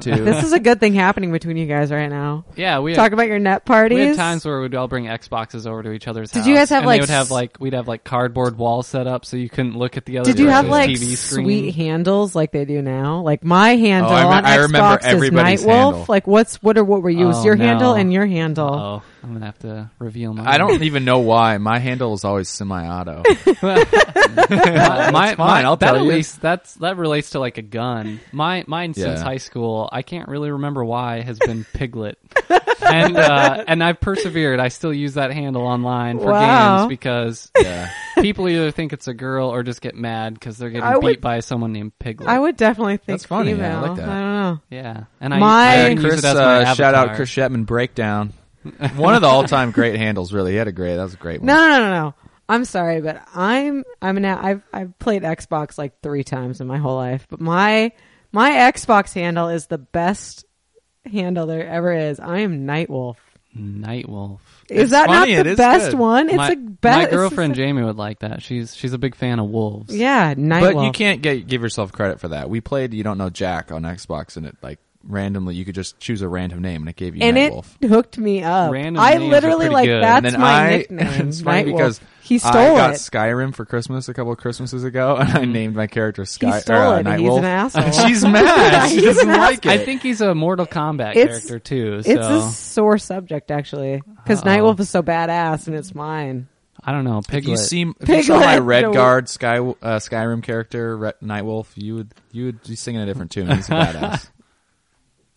Speaker 1: fun, too.
Speaker 2: This is a good thing happening between you guys right now.
Speaker 3: Yeah, we
Speaker 2: Talk
Speaker 3: had,
Speaker 2: about your net
Speaker 3: we
Speaker 2: parties.
Speaker 3: had times where we'd all bring Xboxes over to each other's.
Speaker 2: Did
Speaker 3: house,
Speaker 2: you guys have,
Speaker 3: and
Speaker 2: like,
Speaker 3: They would have
Speaker 2: s-
Speaker 3: like we'd have like cardboard walls set up so you couldn't look at the other.
Speaker 2: Did you have
Speaker 3: person's
Speaker 2: like
Speaker 3: TV screen.
Speaker 2: sweet handles like they do now? Like my handle
Speaker 1: Oh, I rem-
Speaker 2: on
Speaker 1: I remember
Speaker 2: Xbox is
Speaker 1: everybody's handle.
Speaker 2: Nightwolf. Like what's what are what were you? It's
Speaker 3: Oh,
Speaker 2: your
Speaker 3: no.
Speaker 2: handle and your handle.
Speaker 3: Oh, I'm gonna have to reveal mine.
Speaker 1: I don't even know why. My handle is always semi-auto.
Speaker 3: my, my,
Speaker 1: fine, I'll
Speaker 3: that
Speaker 1: tell
Speaker 3: at
Speaker 1: you.
Speaker 3: least that's that relates to like a gun. My mine since
Speaker 1: Yeah.
Speaker 3: high school, I can't really remember why has been Piglet, and uh, and I've persevered. I still use that handle online for
Speaker 2: Wow.
Speaker 3: games because
Speaker 1: Yeah.
Speaker 3: people either think it's a girl or just get mad because they're getting
Speaker 2: I
Speaker 3: beat
Speaker 2: would-
Speaker 3: by someone named Piglet.
Speaker 2: I would definitely think
Speaker 1: That's funny. I
Speaker 2: female.
Speaker 1: like that.
Speaker 2: I don't know.
Speaker 3: yeah, and I
Speaker 2: My-
Speaker 3: I
Speaker 1: Uh,
Speaker 3: even use
Speaker 1: Chris,
Speaker 3: it as my
Speaker 1: uh, shout out
Speaker 3: avatar.
Speaker 1: Chris Shetman breakdown. One of the all-time great handles, really. He had a great. That was a great one.
Speaker 2: No, no, no, no, no. I'm sorry, but I'm I'm now I've I've played Xbox like three times in my whole life, but my my Xbox handle is the best handle there ever is. I am Nightwolf.
Speaker 3: Nightwolf.
Speaker 2: Is
Speaker 1: It's
Speaker 2: that
Speaker 1: funny,
Speaker 2: not
Speaker 1: it
Speaker 2: the
Speaker 1: is
Speaker 2: best
Speaker 1: good.
Speaker 2: one? It's
Speaker 3: my,
Speaker 2: a best.
Speaker 3: my girlfriend Jamie would like that. She's she's a big fan of wolves.
Speaker 2: yeah, Nightwolf.
Speaker 1: but you can't get, give yourself credit for that. We played You Don't Know Jack on Xbox, and it like randomly you could just choose a random name, and it gave you
Speaker 2: and it
Speaker 1: Nightwolf.
Speaker 2: hooked me up.
Speaker 3: Random
Speaker 2: I
Speaker 3: names are
Speaker 2: literally
Speaker 3: pretty
Speaker 2: like
Speaker 3: good.
Speaker 2: that's
Speaker 1: and then
Speaker 2: my
Speaker 1: I,
Speaker 2: nickname.
Speaker 1: it's funny
Speaker 2: Nightwolf.
Speaker 1: because
Speaker 2: he
Speaker 1: I
Speaker 2: stole
Speaker 1: got
Speaker 2: it. Mm.
Speaker 1: Skyrim for Christmas a couple of Christmases ago, and I named my character Sky.
Speaker 2: He stole
Speaker 1: or, uh,
Speaker 2: it. He's
Speaker 1: Nightwolf.
Speaker 2: an asshole.
Speaker 1: She's mad. She
Speaker 2: He's
Speaker 1: doesn't
Speaker 2: an
Speaker 1: like it.
Speaker 3: I think he's a Mortal Kombat
Speaker 2: It's-
Speaker 3: character too. So
Speaker 2: it's a sore subject actually because
Speaker 3: Uh-oh.
Speaker 2: Nightwolf is so badass and it's mine.
Speaker 3: I don't know.
Speaker 1: If you
Speaker 3: Piglet.
Speaker 1: see, if you saw my
Speaker 2: Piglet.
Speaker 1: Red
Speaker 2: No.
Speaker 1: Guard Sky uh, Skyrim character Re- Nightwolf, you would you would be singing a different tune. He's a badass.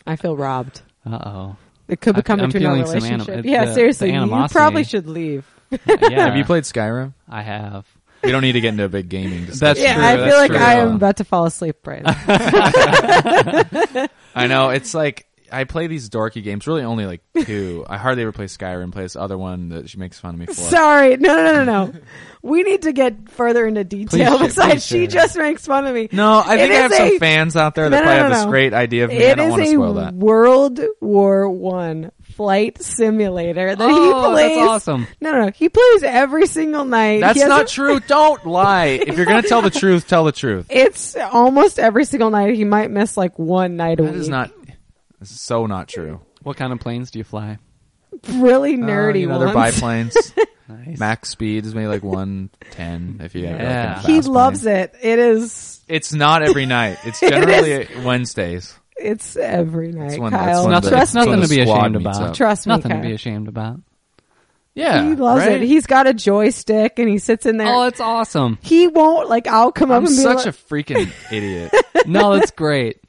Speaker 2: I feel robbed.
Speaker 3: uh oh.
Speaker 2: It could
Speaker 3: I
Speaker 2: become
Speaker 3: fe- I'm
Speaker 2: into a
Speaker 3: feeling some anim-
Speaker 2: relationship.
Speaker 3: it-
Speaker 2: yeah,
Speaker 3: the-
Speaker 2: seriously,
Speaker 3: the
Speaker 2: you
Speaker 3: animosity.
Speaker 2: probably should leave.
Speaker 3: Yeah.
Speaker 1: Have you played Skyrim?
Speaker 3: I have.
Speaker 1: We don't need to get into a big gaming. Discussion.
Speaker 3: That's
Speaker 2: yeah,
Speaker 3: true,
Speaker 2: I
Speaker 3: that's
Speaker 2: feel like
Speaker 3: true.
Speaker 2: I am about to fall asleep right now.
Speaker 1: I know. It's like I play these dorky games. Really, only like two. I hardly ever play Skyrim. Play this other one that she makes fun of me for.
Speaker 2: Sorry, no, no, no, no, no. We need to get further into detail.
Speaker 3: Please share,
Speaker 2: besides,
Speaker 3: please
Speaker 2: she
Speaker 3: share.
Speaker 2: just makes fun of me.
Speaker 1: no, I
Speaker 2: It
Speaker 1: think I
Speaker 2: is
Speaker 1: have some
Speaker 2: a-
Speaker 1: fans out there
Speaker 2: No,
Speaker 1: that
Speaker 2: no,
Speaker 1: probably
Speaker 2: no,
Speaker 1: have this
Speaker 2: no.
Speaker 1: great idea of me. I
Speaker 2: It
Speaker 1: don't
Speaker 2: is
Speaker 1: want to
Speaker 2: a
Speaker 1: spoil that.
Speaker 2: World War One flight simulator that
Speaker 3: Oh,
Speaker 2: he plays.
Speaker 3: that's awesome.
Speaker 2: No, no, no, he plays every single night.
Speaker 1: That's
Speaker 2: He has
Speaker 1: not
Speaker 2: a-
Speaker 1: true. Don't lie. If you're gonna tell the truth, tell the truth.
Speaker 2: It's almost every single night. He might miss like one night a
Speaker 1: That
Speaker 2: week.
Speaker 1: is not. This is so not true.
Speaker 3: What kind of planes do you fly?
Speaker 2: really
Speaker 1: Uh,
Speaker 2: nerdy
Speaker 1: you know, they're
Speaker 2: ones.
Speaker 1: biplanes.
Speaker 3: Nice.
Speaker 1: Max speed is maybe like one ten. If you have
Speaker 3: Yeah.
Speaker 1: like
Speaker 2: he loves it. It is.
Speaker 1: It's not every night. It's
Speaker 2: It
Speaker 1: generally Wednesdays.
Speaker 2: It's every night,
Speaker 1: It's when,
Speaker 2: Kyle.
Speaker 1: that's when
Speaker 3: Nothing-
Speaker 1: the,
Speaker 2: trust
Speaker 3: it's nothing
Speaker 2: me.
Speaker 1: when the
Speaker 3: to be
Speaker 1: squad
Speaker 3: ashamed
Speaker 1: meets
Speaker 3: about.
Speaker 1: up.
Speaker 2: Trust me,
Speaker 3: Nothing to
Speaker 2: Kyle.
Speaker 3: be ashamed about.
Speaker 1: Yeah,
Speaker 2: he loves
Speaker 1: right?
Speaker 2: it. He's got a joystick and he sits in there.
Speaker 3: Oh, it's awesome.
Speaker 2: he won't like. I'll come up
Speaker 1: I'm
Speaker 2: and be
Speaker 1: such
Speaker 2: like,
Speaker 1: a freaking idiot.
Speaker 3: No, it's great.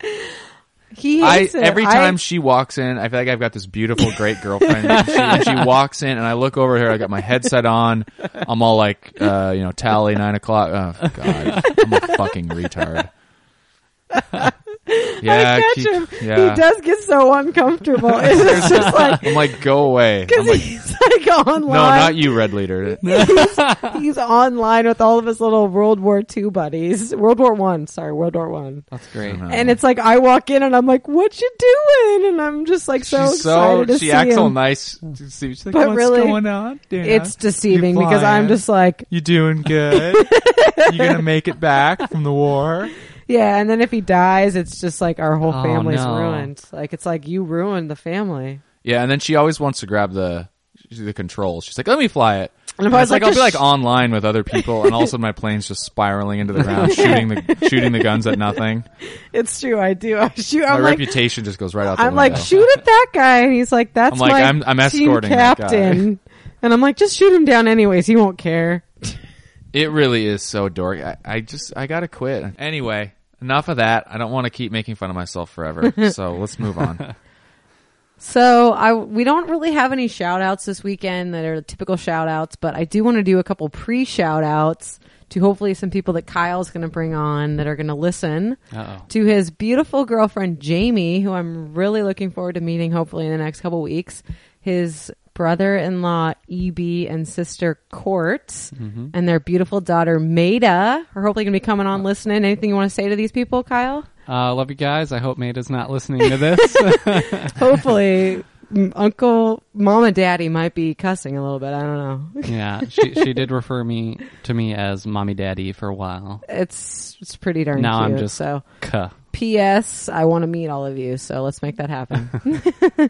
Speaker 2: he
Speaker 1: I
Speaker 2: hates it.
Speaker 1: every
Speaker 2: I-
Speaker 1: time she walks in, I feel like I've got this beautiful great girlfriend. and she, and she walks in, and I look over at her. I got my headset on. I'm all like, uh, you know, tally nine o'clock. Oh god, I'm a fucking retard. Yeah,
Speaker 2: I catch
Speaker 1: keep-
Speaker 2: him.
Speaker 1: yeah.
Speaker 2: He does get so uncomfortable. It's just like
Speaker 1: I'm like, go away. I'm
Speaker 2: because
Speaker 1: like,
Speaker 2: he's like online.
Speaker 1: no, not you, red leader.
Speaker 2: He's online with all of his little World War II buddies. World War One, sorry, World War One.
Speaker 3: That's great.
Speaker 1: Uh-huh.
Speaker 2: And it's like I walk in and I'm like, "What you doing?" And I'm just like so
Speaker 1: She's
Speaker 2: excited to
Speaker 1: she
Speaker 2: see
Speaker 1: acts
Speaker 2: him.
Speaker 1: all nice. to see- She's like,
Speaker 2: But
Speaker 1: what's
Speaker 2: really,
Speaker 1: going on? Dana?
Speaker 2: It's deceiving
Speaker 1: You
Speaker 2: because I'm
Speaker 1: flying?
Speaker 2: just like,
Speaker 1: You doing good? you gonna make it back from the war?
Speaker 2: yeah. And then if he dies, it's just like our whole
Speaker 3: Oh,
Speaker 2: family's
Speaker 3: no.
Speaker 2: ruined. Like it's like you ruined the family.
Speaker 1: Yeah, and then she always wants to grab the the controls. She's like, "Let me fly it."
Speaker 2: And if
Speaker 1: And
Speaker 2: Oh, I
Speaker 1: it's
Speaker 2: was
Speaker 1: like,
Speaker 2: like,
Speaker 1: I'll be
Speaker 2: just
Speaker 1: like
Speaker 2: sh-
Speaker 1: online with other people, and all of a sudden my plane's just spiraling into the ground, shooting the shooting the guns at nothing.
Speaker 2: It's true. I do. I shoot.
Speaker 1: My
Speaker 2: I'm like,
Speaker 1: reputation just goes right out. The
Speaker 2: I'm
Speaker 1: window.
Speaker 2: like, shoot at that guy, and he's like, that's
Speaker 1: I'm like,
Speaker 2: my
Speaker 1: I'm- I'm
Speaker 2: team
Speaker 1: escorting that guy.
Speaker 2: captain. And I'm like, just shoot him down anyways. He won't care.
Speaker 1: It really is so dorky. I, I just I gotta quit. Anyway, enough of that. I don't want to keep making fun of myself forever. so let's move on.
Speaker 2: So I we don't really have any shout outs this weekend that are typical shout outs, but I do want to do a couple pre shout outs to hopefully some people that Kyle's going to bring on that are going to listen
Speaker 3: Uh-oh.
Speaker 2: to his beautiful girlfriend Jamie, who I'm really looking forward to meeting hopefully in the next couple weeks. His brother-in-law EB and sister Court, and their beautiful daughter Maida are hopefully going to be coming on listening. Anything you want to say to these people, Kyle?
Speaker 3: Uh, love you guys. I hope Maida's not listening to this.
Speaker 2: Hopefully, m- Uncle Mama Daddy might be cussing a little bit. I don't know.
Speaker 3: yeah, she she did refer me to me as mommy daddy for a while.
Speaker 2: It's it's pretty darn
Speaker 3: Now
Speaker 2: cute.
Speaker 3: I'm just
Speaker 2: so.
Speaker 3: Cuh.
Speaker 2: P.S. I want to meet all of you, so let's make that happen. all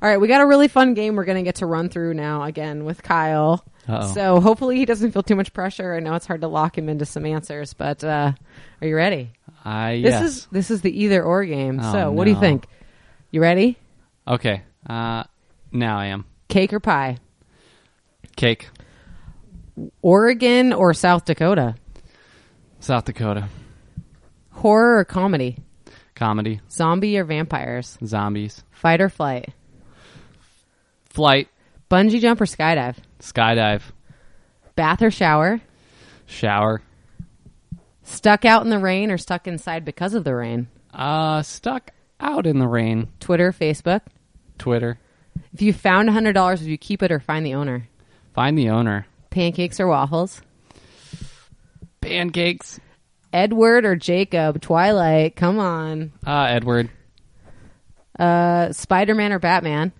Speaker 2: right, we got a really fun game we're going to get to run through now again with Kyle.
Speaker 3: Uh-oh.
Speaker 2: So hopefully he doesn't feel too much pressure. I know it's hard to lock him into some answers, but uh, are you ready?
Speaker 3: I
Speaker 2: This
Speaker 3: yes.
Speaker 2: is this is the either or game.
Speaker 3: Oh,
Speaker 2: so what do you
Speaker 3: no.
Speaker 2: think? You ready?
Speaker 3: okay. Uh, now I am
Speaker 2: Cake or pie?
Speaker 3: cake.
Speaker 2: Oregon or South Dakota?
Speaker 3: South Dakota.
Speaker 2: Horror or comedy?
Speaker 3: Comedy.
Speaker 2: Zombie or vampires?
Speaker 3: Zombies.
Speaker 2: Fight or flight?
Speaker 3: Flight.
Speaker 2: Bungee jump or skydive?
Speaker 3: Skydive.
Speaker 2: Bath or shower?
Speaker 3: Shower.
Speaker 2: Stuck out in the rain or stuck inside because of the rain?
Speaker 3: Uh, stuck out in the rain.
Speaker 2: Twitter, Facebook,
Speaker 3: Twitter.
Speaker 2: If you found hundred dollars, would you keep it or find the owner?
Speaker 3: Find the owner.
Speaker 2: Pancakes or waffles?
Speaker 3: Pancakes.
Speaker 2: Edward or Jacob? Twilight? Come on.
Speaker 3: Uh, Edward.
Speaker 2: Uh, Spider Man or Batman?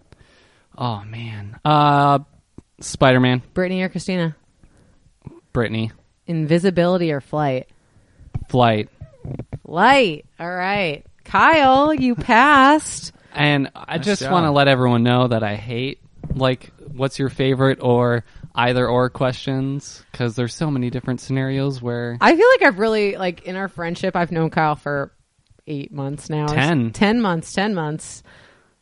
Speaker 3: Oh man. Uh, Spider Man.
Speaker 2: Brittany or Christina?
Speaker 3: Brittany.
Speaker 2: Invisibility or flight?
Speaker 3: Flight.
Speaker 2: Light. All right. Kyle, you passed.
Speaker 3: And I just
Speaker 1: job.
Speaker 3: want to let everyone know that I hate like what's your favorite or either or questions because there's so many different scenarios where
Speaker 2: I feel like I've really like in our friendship, I've known Kyle for eight months now. or s-
Speaker 3: Ten.
Speaker 2: Ten months, ten months.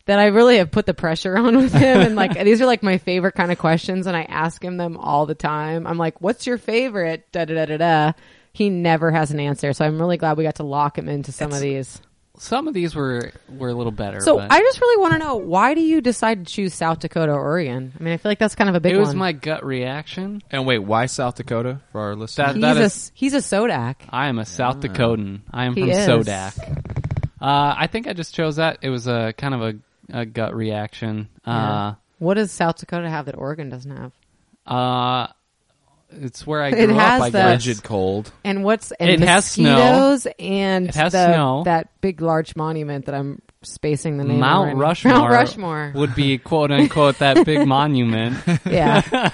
Speaker 2: That I really have put the pressure on with him and like these are like my favorite kind of questions and I ask him them all the time. I'm like, What's your favorite? Da da da da da. He never has an answer. So I'm really glad we got to lock him into some of these.
Speaker 3: some of these were were a little better.
Speaker 2: So
Speaker 3: but
Speaker 2: I just really want to know why do you decide to choose South Dakota or Oregon? I mean, I feel like that's kind of a big
Speaker 3: it was
Speaker 2: one.
Speaker 3: my gut reaction.
Speaker 1: And wait, why South Dakota for our listeners?
Speaker 3: That-
Speaker 2: he's
Speaker 3: that
Speaker 2: a
Speaker 3: is-
Speaker 2: s- he's a Sodak.
Speaker 3: I am a South Dakotan. I am
Speaker 2: He
Speaker 3: from
Speaker 2: is.
Speaker 3: Sodak. Uh, I think I just chose that. It was a kind of a, a gut reaction. Uh,
Speaker 2: What does South Dakota have that Oregon doesn't have?
Speaker 3: uh, it's where I grew
Speaker 2: It has
Speaker 3: up. I
Speaker 2: that-
Speaker 3: guess.
Speaker 1: Rigid cold.
Speaker 2: And what's and
Speaker 3: It has snow.
Speaker 2: mosquitoes and
Speaker 3: It has
Speaker 2: the-
Speaker 3: snow.
Speaker 2: that big large monument that I'm spacing the name. of
Speaker 3: Mount
Speaker 2: right now.
Speaker 3: Rushmore,
Speaker 2: Mount Rushmore.
Speaker 3: would be quote unquote that big monument.
Speaker 2: yeah.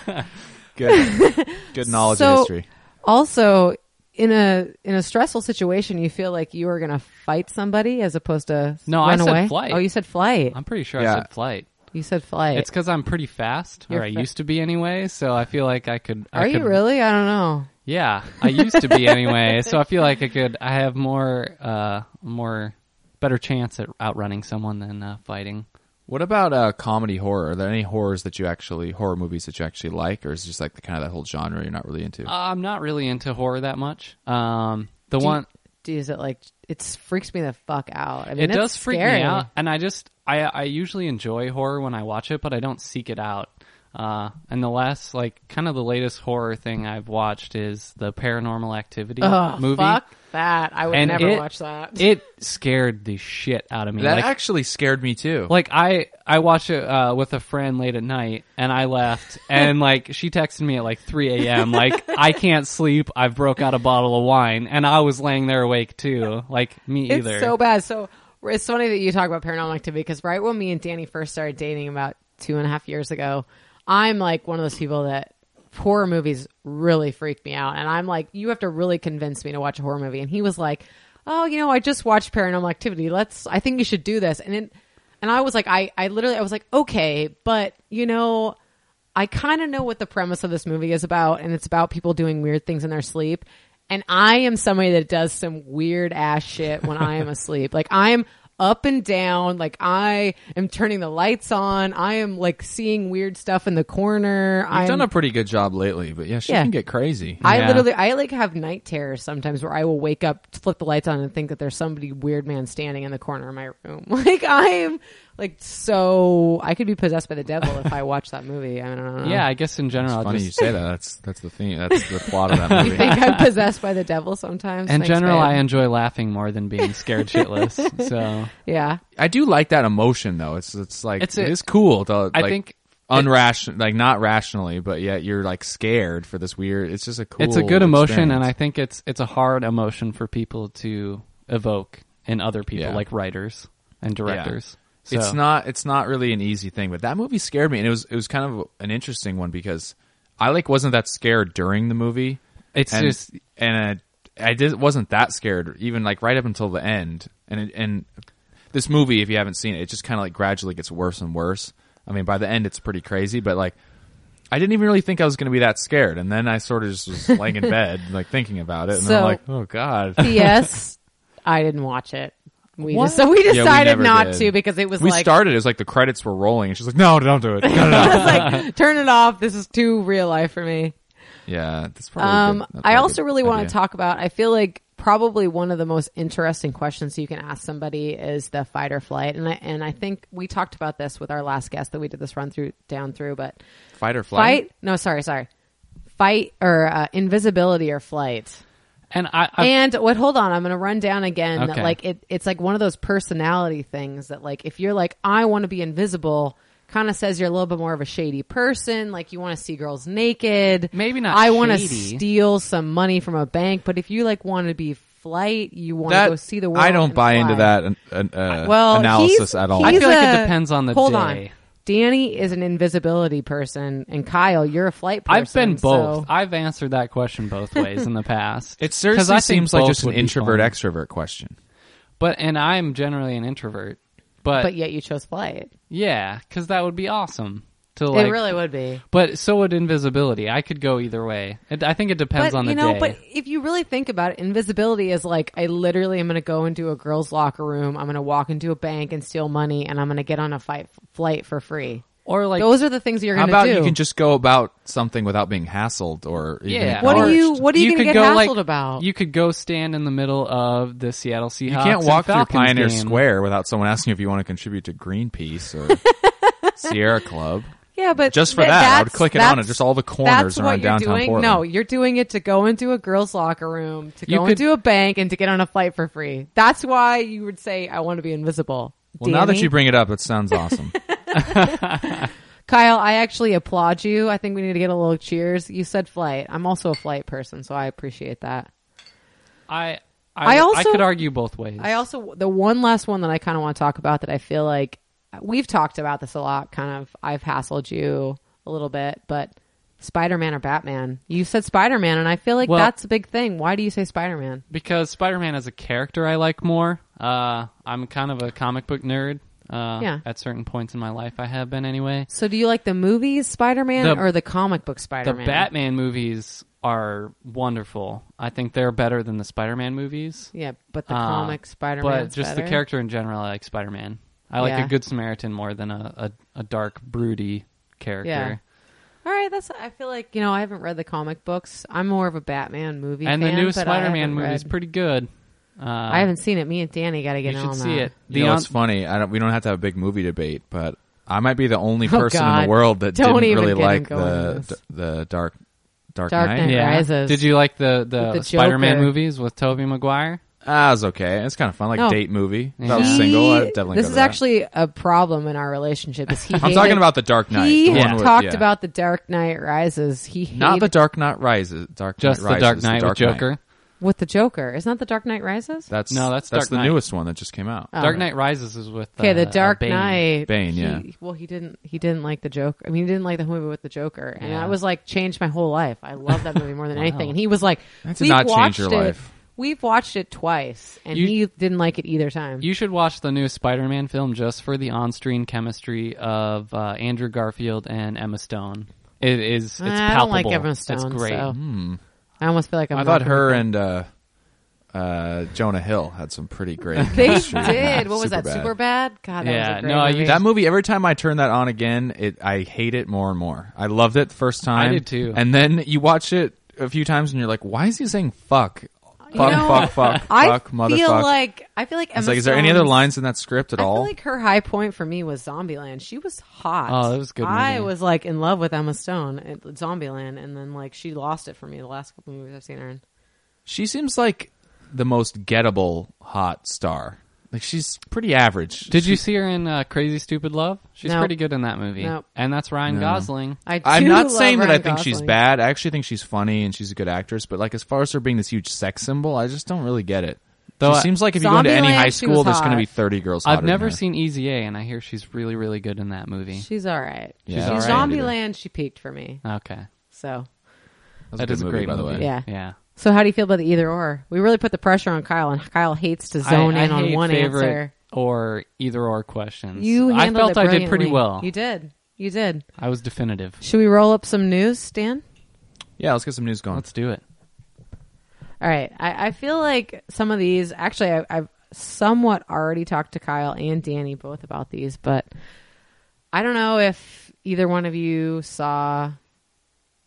Speaker 1: Good, good knowledge
Speaker 2: So-
Speaker 1: of history.
Speaker 2: Also, in a in a stressful situation, you feel like you are going to fight somebody as opposed to
Speaker 3: No, I
Speaker 2: run
Speaker 3: said
Speaker 2: away.
Speaker 3: flight.
Speaker 2: Oh, you said flight.
Speaker 3: I'm pretty sure I
Speaker 1: Yeah.
Speaker 3: said flight.
Speaker 2: you said flight.
Speaker 3: It's because I'm pretty fast,
Speaker 2: You're
Speaker 3: or I
Speaker 2: fa-
Speaker 3: used to be anyway. So I feel like I could. I
Speaker 2: are you
Speaker 3: could-
Speaker 2: really? I don't know.
Speaker 3: Yeah, I used to be anyway. so I feel like I could. I have more, uh, more, better chance at outrunning someone than uh, fighting.
Speaker 1: What about uh, comedy horror? Are there any horrors that you actually horror movies that you actually like, or is it just like the kind of that whole genre you're not really into?
Speaker 3: Uh, I'm not really into horror that much. Um, the
Speaker 2: Do you-
Speaker 3: one
Speaker 2: Do you, is it like it freaks me the fuck out? I mean,
Speaker 3: it
Speaker 2: it's
Speaker 3: does freak
Speaker 2: scary.
Speaker 3: me out, and I just I I usually enjoy horror when I watch it, but I don't seek it out. Uh, and the last like kind of the latest horror thing I've watched is the Paranormal Activity
Speaker 2: Ugh,
Speaker 3: movie.
Speaker 2: Fuck that! I would
Speaker 3: And
Speaker 2: never
Speaker 3: it-
Speaker 2: watch that.
Speaker 3: It scared the shit out of me.
Speaker 1: that
Speaker 3: like,
Speaker 1: actually scared me too.
Speaker 3: like I I watched it uh, with a friend late at night, and I left, and like she texted me at like 3 a.m. Like I can't sleep. I've broke out a bottle of wine, and I was laying there awake too. Like me either.
Speaker 2: It's so bad. So it's funny that you talk about paranormal activity because right when me and Danny first started dating about two and a half years ago, I'm like one of those people that horror movies really freak me out. And I'm like, you have to really convince me to watch a horror movie. And he was like, oh, you know, I just watched paranormal activity. Let's, I think you should do this. And it, and I was like, I, I literally, I was like, okay, but you know, I kind of know what the premise of this movie is about, and it's about people doing weird things in their sleep. And I am somebody that does some weird ass shit when I am asleep. Like I'm up and down, like I am turning the lights on. I am like seeing weird stuff in the corner.
Speaker 1: You've
Speaker 2: I'm,
Speaker 1: done a pretty good job lately, but yeah, she
Speaker 2: Yeah.
Speaker 1: can get crazy.
Speaker 2: I
Speaker 3: Yeah.
Speaker 2: literally, I like have night terrors sometimes where I will wake up, flip the lights on, and think that there's somebody weird man standing in the corner of my room. Like I am, like so I could be possessed by the devil if I watch that movie. I don't know.
Speaker 3: yeah, I guess in general, I'll
Speaker 1: Funny
Speaker 3: just
Speaker 1: you say that. That's that's the thing. That's the plot of that movie.
Speaker 2: think I'm possessed by the devil sometimes.
Speaker 3: In
Speaker 2: Thanks,
Speaker 3: general,
Speaker 2: babe.
Speaker 3: I enjoy laughing more than being scared shitless. So
Speaker 2: Yeah.
Speaker 1: I do like that emotion though. It's it's like
Speaker 3: It's
Speaker 1: it's,
Speaker 3: a-
Speaker 1: cool. To,
Speaker 3: I
Speaker 1: like,
Speaker 3: think
Speaker 1: unrational, like not rationally, but yet you're like scared for this weird. It's just a cool.
Speaker 3: it's a good emotion, and
Speaker 1: experience.
Speaker 3: I think it's it's a hard emotion for people to evoke in other people,
Speaker 1: Yeah.
Speaker 3: like writers and
Speaker 1: Yeah.
Speaker 3: directors. So,
Speaker 1: It's not it's not really an easy thing, but that movie scared me, and it was it was kind of an interesting one because I like wasn't that scared during the movie.
Speaker 3: It's
Speaker 1: and,
Speaker 3: just-
Speaker 1: and I, I did wasn't that scared even like right up until the end, and it, and this movie if you haven't seen it, it just kind of like gradually gets worse and worse. I mean, by the end it's pretty crazy, but like. I didn't even really think I was going to be that scared, and then I sort of just was laying in bed, like thinking about it, and
Speaker 2: So-
Speaker 1: I'm like, "Oh God!"
Speaker 2: P.S. I didn't watch it. We
Speaker 3: What?
Speaker 2: just, so we
Speaker 1: we
Speaker 2: decided
Speaker 1: never
Speaker 2: not
Speaker 1: did.
Speaker 2: to because it was
Speaker 1: We
Speaker 2: like
Speaker 1: started; it was like the credits were rolling, and she's like, "No, don't do it." No, no, no.
Speaker 2: I was like turn it off. This is too real life for me.
Speaker 1: Yeah, that's probably.
Speaker 2: Um, I also really want to talk about. I feel like probably one of the most interesting questions you can ask somebody is the fight or flight, and I and I think we talked about this with our last guest that we did this run through down through, but
Speaker 1: fight or flight.
Speaker 2: fight. No, sorry, sorry. Fight or uh, invisibility or flight.
Speaker 3: and I, I
Speaker 2: and what hold on i'm gonna run down again that
Speaker 3: Uh, Okay.
Speaker 2: like it, it's like one of those personality things that like if you're like i want to be invisible kind of says you're a little bit more of a shady person. Like you want to see girls naked.
Speaker 3: Maybe not
Speaker 2: I want to
Speaker 3: shady.
Speaker 2: steal some money from a bank, but if you like want to be flight, you want to go see the world.
Speaker 1: I don't
Speaker 2: and
Speaker 1: buy
Speaker 2: fly.
Speaker 1: into that an, an, uh,
Speaker 2: Well,
Speaker 1: analysis
Speaker 2: he's-
Speaker 1: at all.
Speaker 3: I
Speaker 2: he's
Speaker 3: feel like it
Speaker 2: a-
Speaker 3: depends on the
Speaker 2: hold
Speaker 3: day.
Speaker 2: on. Danny is an invisibility person, and Kyle, you're a flight person.
Speaker 3: I've been both.
Speaker 2: so-
Speaker 3: I've answered that question both ways in the past.
Speaker 1: It
Speaker 3: 'Cause
Speaker 1: seriously
Speaker 3: I think
Speaker 1: seems like
Speaker 3: both
Speaker 1: just an
Speaker 3: would be
Speaker 1: introvert
Speaker 3: fun.
Speaker 1: extrovert question.
Speaker 3: But and I'm generally an introvert. But,
Speaker 2: but yet you chose flight.
Speaker 3: yeah, because that would be awesome to like.
Speaker 2: it really would be.
Speaker 3: But so would invisibility. I could go either way. It, I think it depends
Speaker 2: But
Speaker 3: on the
Speaker 2: you know,
Speaker 3: day.
Speaker 2: but if you really think about it, invisibility is like I literally am going to go into a girl's locker room. I'm going to walk into a bank and steal money, and I'm going to get on a fight flight for free.
Speaker 3: or like
Speaker 2: Those are the things that you're
Speaker 1: How
Speaker 2: going
Speaker 1: about
Speaker 2: to do.
Speaker 1: you can just go about something without being hassled or even
Speaker 3: yeah.
Speaker 2: What do
Speaker 1: acknowledged?
Speaker 2: you- what are you gonna
Speaker 3: could
Speaker 2: get
Speaker 3: go, like,
Speaker 2: hassled about?
Speaker 3: You could go stand in the middle of the Seattle Seahawks.
Speaker 1: You can't walk
Speaker 3: and
Speaker 1: through
Speaker 3: Falcons
Speaker 1: Pioneer
Speaker 3: game.
Speaker 1: Square without someone asking you if you want to contribute to Greenpeace or Sierra Club.
Speaker 2: yeah, but
Speaker 1: Just for
Speaker 2: th-
Speaker 1: that, I would
Speaker 2: that's-
Speaker 1: click it on
Speaker 2: that's-
Speaker 1: it, just all the corners
Speaker 2: that's
Speaker 1: around
Speaker 2: what you're
Speaker 1: downtown
Speaker 2: doing.
Speaker 1: Portland.
Speaker 2: No, you're doing it to go into a girl's locker room, to
Speaker 3: You
Speaker 2: go
Speaker 3: could-
Speaker 2: into a bank, and to get on a flight for free. That's why you would say, "I want to be invisible."
Speaker 1: Well, now that
Speaker 2: Danny?
Speaker 1: you bring it up, it sounds awesome.
Speaker 2: Kyle, I actually applaud you. I think we need to get a little cheers. You said flight. I'm also a flight person, so I appreciate that.
Speaker 3: I,
Speaker 2: I
Speaker 3: I, I
Speaker 2: also-
Speaker 3: could argue both ways.
Speaker 2: I also the one last one that I kind of want to talk about that I feel like we've talked about this a lot. Kind of, I've hassled you a little bit, but Spider-Man or Batman? You said Spider-Man, and I feel like
Speaker 3: Well-
Speaker 2: that's a big thing. Why do you say Spider-Man?
Speaker 3: because Spider-Man as a character I like more. Uh, I'm kind of a comic book nerd. Uh,
Speaker 2: Yeah.
Speaker 3: At certain points in my life, I have been anyway.
Speaker 2: So, do you like the movies Spider-Man
Speaker 3: The-
Speaker 2: or the comic book Spider-Man?
Speaker 3: The Batman movies are wonderful. I think they're better than the Spider-Man movies.
Speaker 2: Yeah, but the
Speaker 3: Uh,
Speaker 2: comic Spider-Man.
Speaker 3: But just the character in general, I like Spider-Man. I like
Speaker 2: Yeah.
Speaker 3: a good Samaritan more than a, a, a dark, broody character.
Speaker 2: All right, that's. I feel like you know I haven't read the comic books. I'm more of a Batman movie.
Speaker 3: And the
Speaker 2: fan,
Speaker 3: new
Speaker 2: but I
Speaker 3: Spider-Man
Speaker 2: haven't
Speaker 3: movie is
Speaker 2: read-
Speaker 3: pretty good. Uh,
Speaker 2: I haven't seen it. Me and Danny got to get
Speaker 3: You
Speaker 2: in
Speaker 3: should
Speaker 2: on
Speaker 3: see
Speaker 2: that.
Speaker 3: it.
Speaker 1: you know,
Speaker 3: on-
Speaker 1: it's funny. I don't, we don't have to have a big movie debate, but I might be the only
Speaker 2: Oh,
Speaker 1: person in
Speaker 2: God.
Speaker 1: the world that
Speaker 2: Don't
Speaker 1: didn't
Speaker 2: even
Speaker 1: really
Speaker 2: get him
Speaker 1: like
Speaker 2: going on
Speaker 1: the
Speaker 2: this.
Speaker 1: d- the Dark Dark,
Speaker 2: Dark
Speaker 1: Knight.
Speaker 2: Knight.
Speaker 3: yeah.
Speaker 2: Rises.
Speaker 3: Did you like the, the,
Speaker 2: With the
Speaker 3: Spider-Man
Speaker 2: Joker.
Speaker 3: movies with Tobey Maguire?
Speaker 1: Ah, it was okay. It's kind of fun, like
Speaker 2: No.
Speaker 1: date movie. If I
Speaker 3: Yeah.
Speaker 1: was
Speaker 2: He-
Speaker 1: single, I'd definitely.
Speaker 2: this
Speaker 1: go to
Speaker 2: is
Speaker 1: that.
Speaker 2: actually a problem in our relationship. Is he?
Speaker 1: I'm
Speaker 2: hated-
Speaker 1: talking about the Dark Knight.
Speaker 2: He
Speaker 1: the one with-
Speaker 2: talked
Speaker 1: yeah.
Speaker 2: about the Dark Knight Rises. He hated
Speaker 1: not the Dark Knight Rises. Dark
Speaker 3: Just
Speaker 1: Knight
Speaker 3: the Dark
Speaker 1: Rises,
Speaker 3: Knight with
Speaker 1: Dark Knight.
Speaker 3: Joker.
Speaker 2: with the Joker. Isn't that the Dark Knight Rises?
Speaker 1: That's
Speaker 3: No, that's
Speaker 1: that's
Speaker 3: Dark
Speaker 1: the
Speaker 3: Knight.
Speaker 1: newest one that just came out.
Speaker 2: Oh.
Speaker 3: Dark Knight Rises is with
Speaker 2: Okay, the
Speaker 3: uh,
Speaker 2: Dark
Speaker 3: Bane.
Speaker 2: Knight.
Speaker 1: Bane,
Speaker 2: he-
Speaker 1: yeah.
Speaker 2: Well, he didn't. He didn't like the Joker. I mean, he didn't like the movie with the Joker, and
Speaker 3: Yeah.
Speaker 2: that was like changed my whole life. I love that movie more than anything. And he was like,
Speaker 1: That did
Speaker 2: "We've
Speaker 1: not change
Speaker 2: watched
Speaker 1: your
Speaker 2: it.
Speaker 1: life.
Speaker 2: We've watched it twice, and
Speaker 3: You-
Speaker 2: he didn't like it either time."
Speaker 3: You should watch the new Spider-Man film just for the on-screen chemistry of uh, Andrew Garfield and Emma Stone. It is it's
Speaker 2: Eh, I don't
Speaker 3: palpable.
Speaker 2: like Emma Stone.
Speaker 3: It's great.
Speaker 2: so I almost feel like I'm
Speaker 1: Hmm. I
Speaker 2: not
Speaker 1: thought
Speaker 2: gonna-
Speaker 1: her and uh, uh, Jonah Hill had some pretty great.
Speaker 2: They
Speaker 1: chemistry.
Speaker 2: did. What was that?
Speaker 1: Superbad.
Speaker 2: Super bad. God, that was
Speaker 3: Yeah,
Speaker 2: a great
Speaker 3: no, I
Speaker 2: movie.
Speaker 3: used-
Speaker 1: That movie, every time I turn that on again, it I hate it more and more. I loved it the first time.
Speaker 3: did too.
Speaker 1: And then you watch it a few times and you're like, why is he saying fuck? Fuck,
Speaker 2: know,
Speaker 1: fuck, fuck,
Speaker 2: I
Speaker 1: fuck,
Speaker 2: feel
Speaker 1: motherfucker.
Speaker 2: like I feel like Emma
Speaker 1: it's like, is there any other
Speaker 2: Stone's-
Speaker 1: lines in that script at
Speaker 2: I
Speaker 1: all?
Speaker 2: feel like her high point for me was Zombieland. She was hot.
Speaker 3: Oh, that was a good
Speaker 2: I
Speaker 3: movie.
Speaker 2: was like in love with Emma Stone at Zombieland, and then like she lost it for me the last couple movies I've seen her in.
Speaker 1: she seems like the most gettable hot star. Like she's pretty average.
Speaker 3: Did you see her in uh, Crazy Stupid Love? She's
Speaker 2: No.
Speaker 3: pretty good in that movie.
Speaker 2: No.
Speaker 3: And that's Ryan Gosling.
Speaker 2: I
Speaker 1: I'm
Speaker 2: do
Speaker 1: not
Speaker 2: love
Speaker 1: saying that I
Speaker 2: Ryan
Speaker 1: think she's
Speaker 2: Gosling.
Speaker 1: bad. I actually think she's funny and she's a good actress. But like, as far as her being this huge sex symbol, I just don't really get it.
Speaker 3: Though I-
Speaker 1: she seems like if you go into any
Speaker 2: Zombieland,
Speaker 1: high
Speaker 2: she was
Speaker 1: school, there's going to
Speaker 2: hot.
Speaker 1: be 30 girls. hotter
Speaker 3: I've
Speaker 1: than
Speaker 3: never
Speaker 1: her.
Speaker 3: seen Easy A, and I hear she's really, really good in that movie.
Speaker 2: She's all right.
Speaker 1: Yeah,
Speaker 2: she's
Speaker 3: all right.
Speaker 2: Zombieland. She peaked for me.
Speaker 3: Okay.
Speaker 2: So
Speaker 1: That's
Speaker 3: That
Speaker 1: a
Speaker 3: is
Speaker 1: good
Speaker 3: a
Speaker 1: movie,
Speaker 3: great
Speaker 1: by the way.
Speaker 3: movie.
Speaker 2: Yeah.
Speaker 3: Yeah.
Speaker 2: so how do you feel about the either or? We really put the pressure on Kyle, and Kyle hates to zone
Speaker 3: I, I
Speaker 2: in on
Speaker 3: hate
Speaker 2: one
Speaker 3: favorite
Speaker 2: answer.
Speaker 3: or either or questions.
Speaker 2: You
Speaker 3: I
Speaker 2: handled
Speaker 3: felt
Speaker 2: it
Speaker 3: I did pretty
Speaker 2: brilliantly.
Speaker 3: well.
Speaker 2: You did. You did.
Speaker 3: I was definitive.
Speaker 2: Should we roll up some news, Dan?
Speaker 1: Yeah, let's get some news going.
Speaker 3: Let's do it.
Speaker 2: All right. I, I feel like some of these, actually, I, I've somewhat already talked to Kyle and Danny both about these, but I don't know if either one of you saw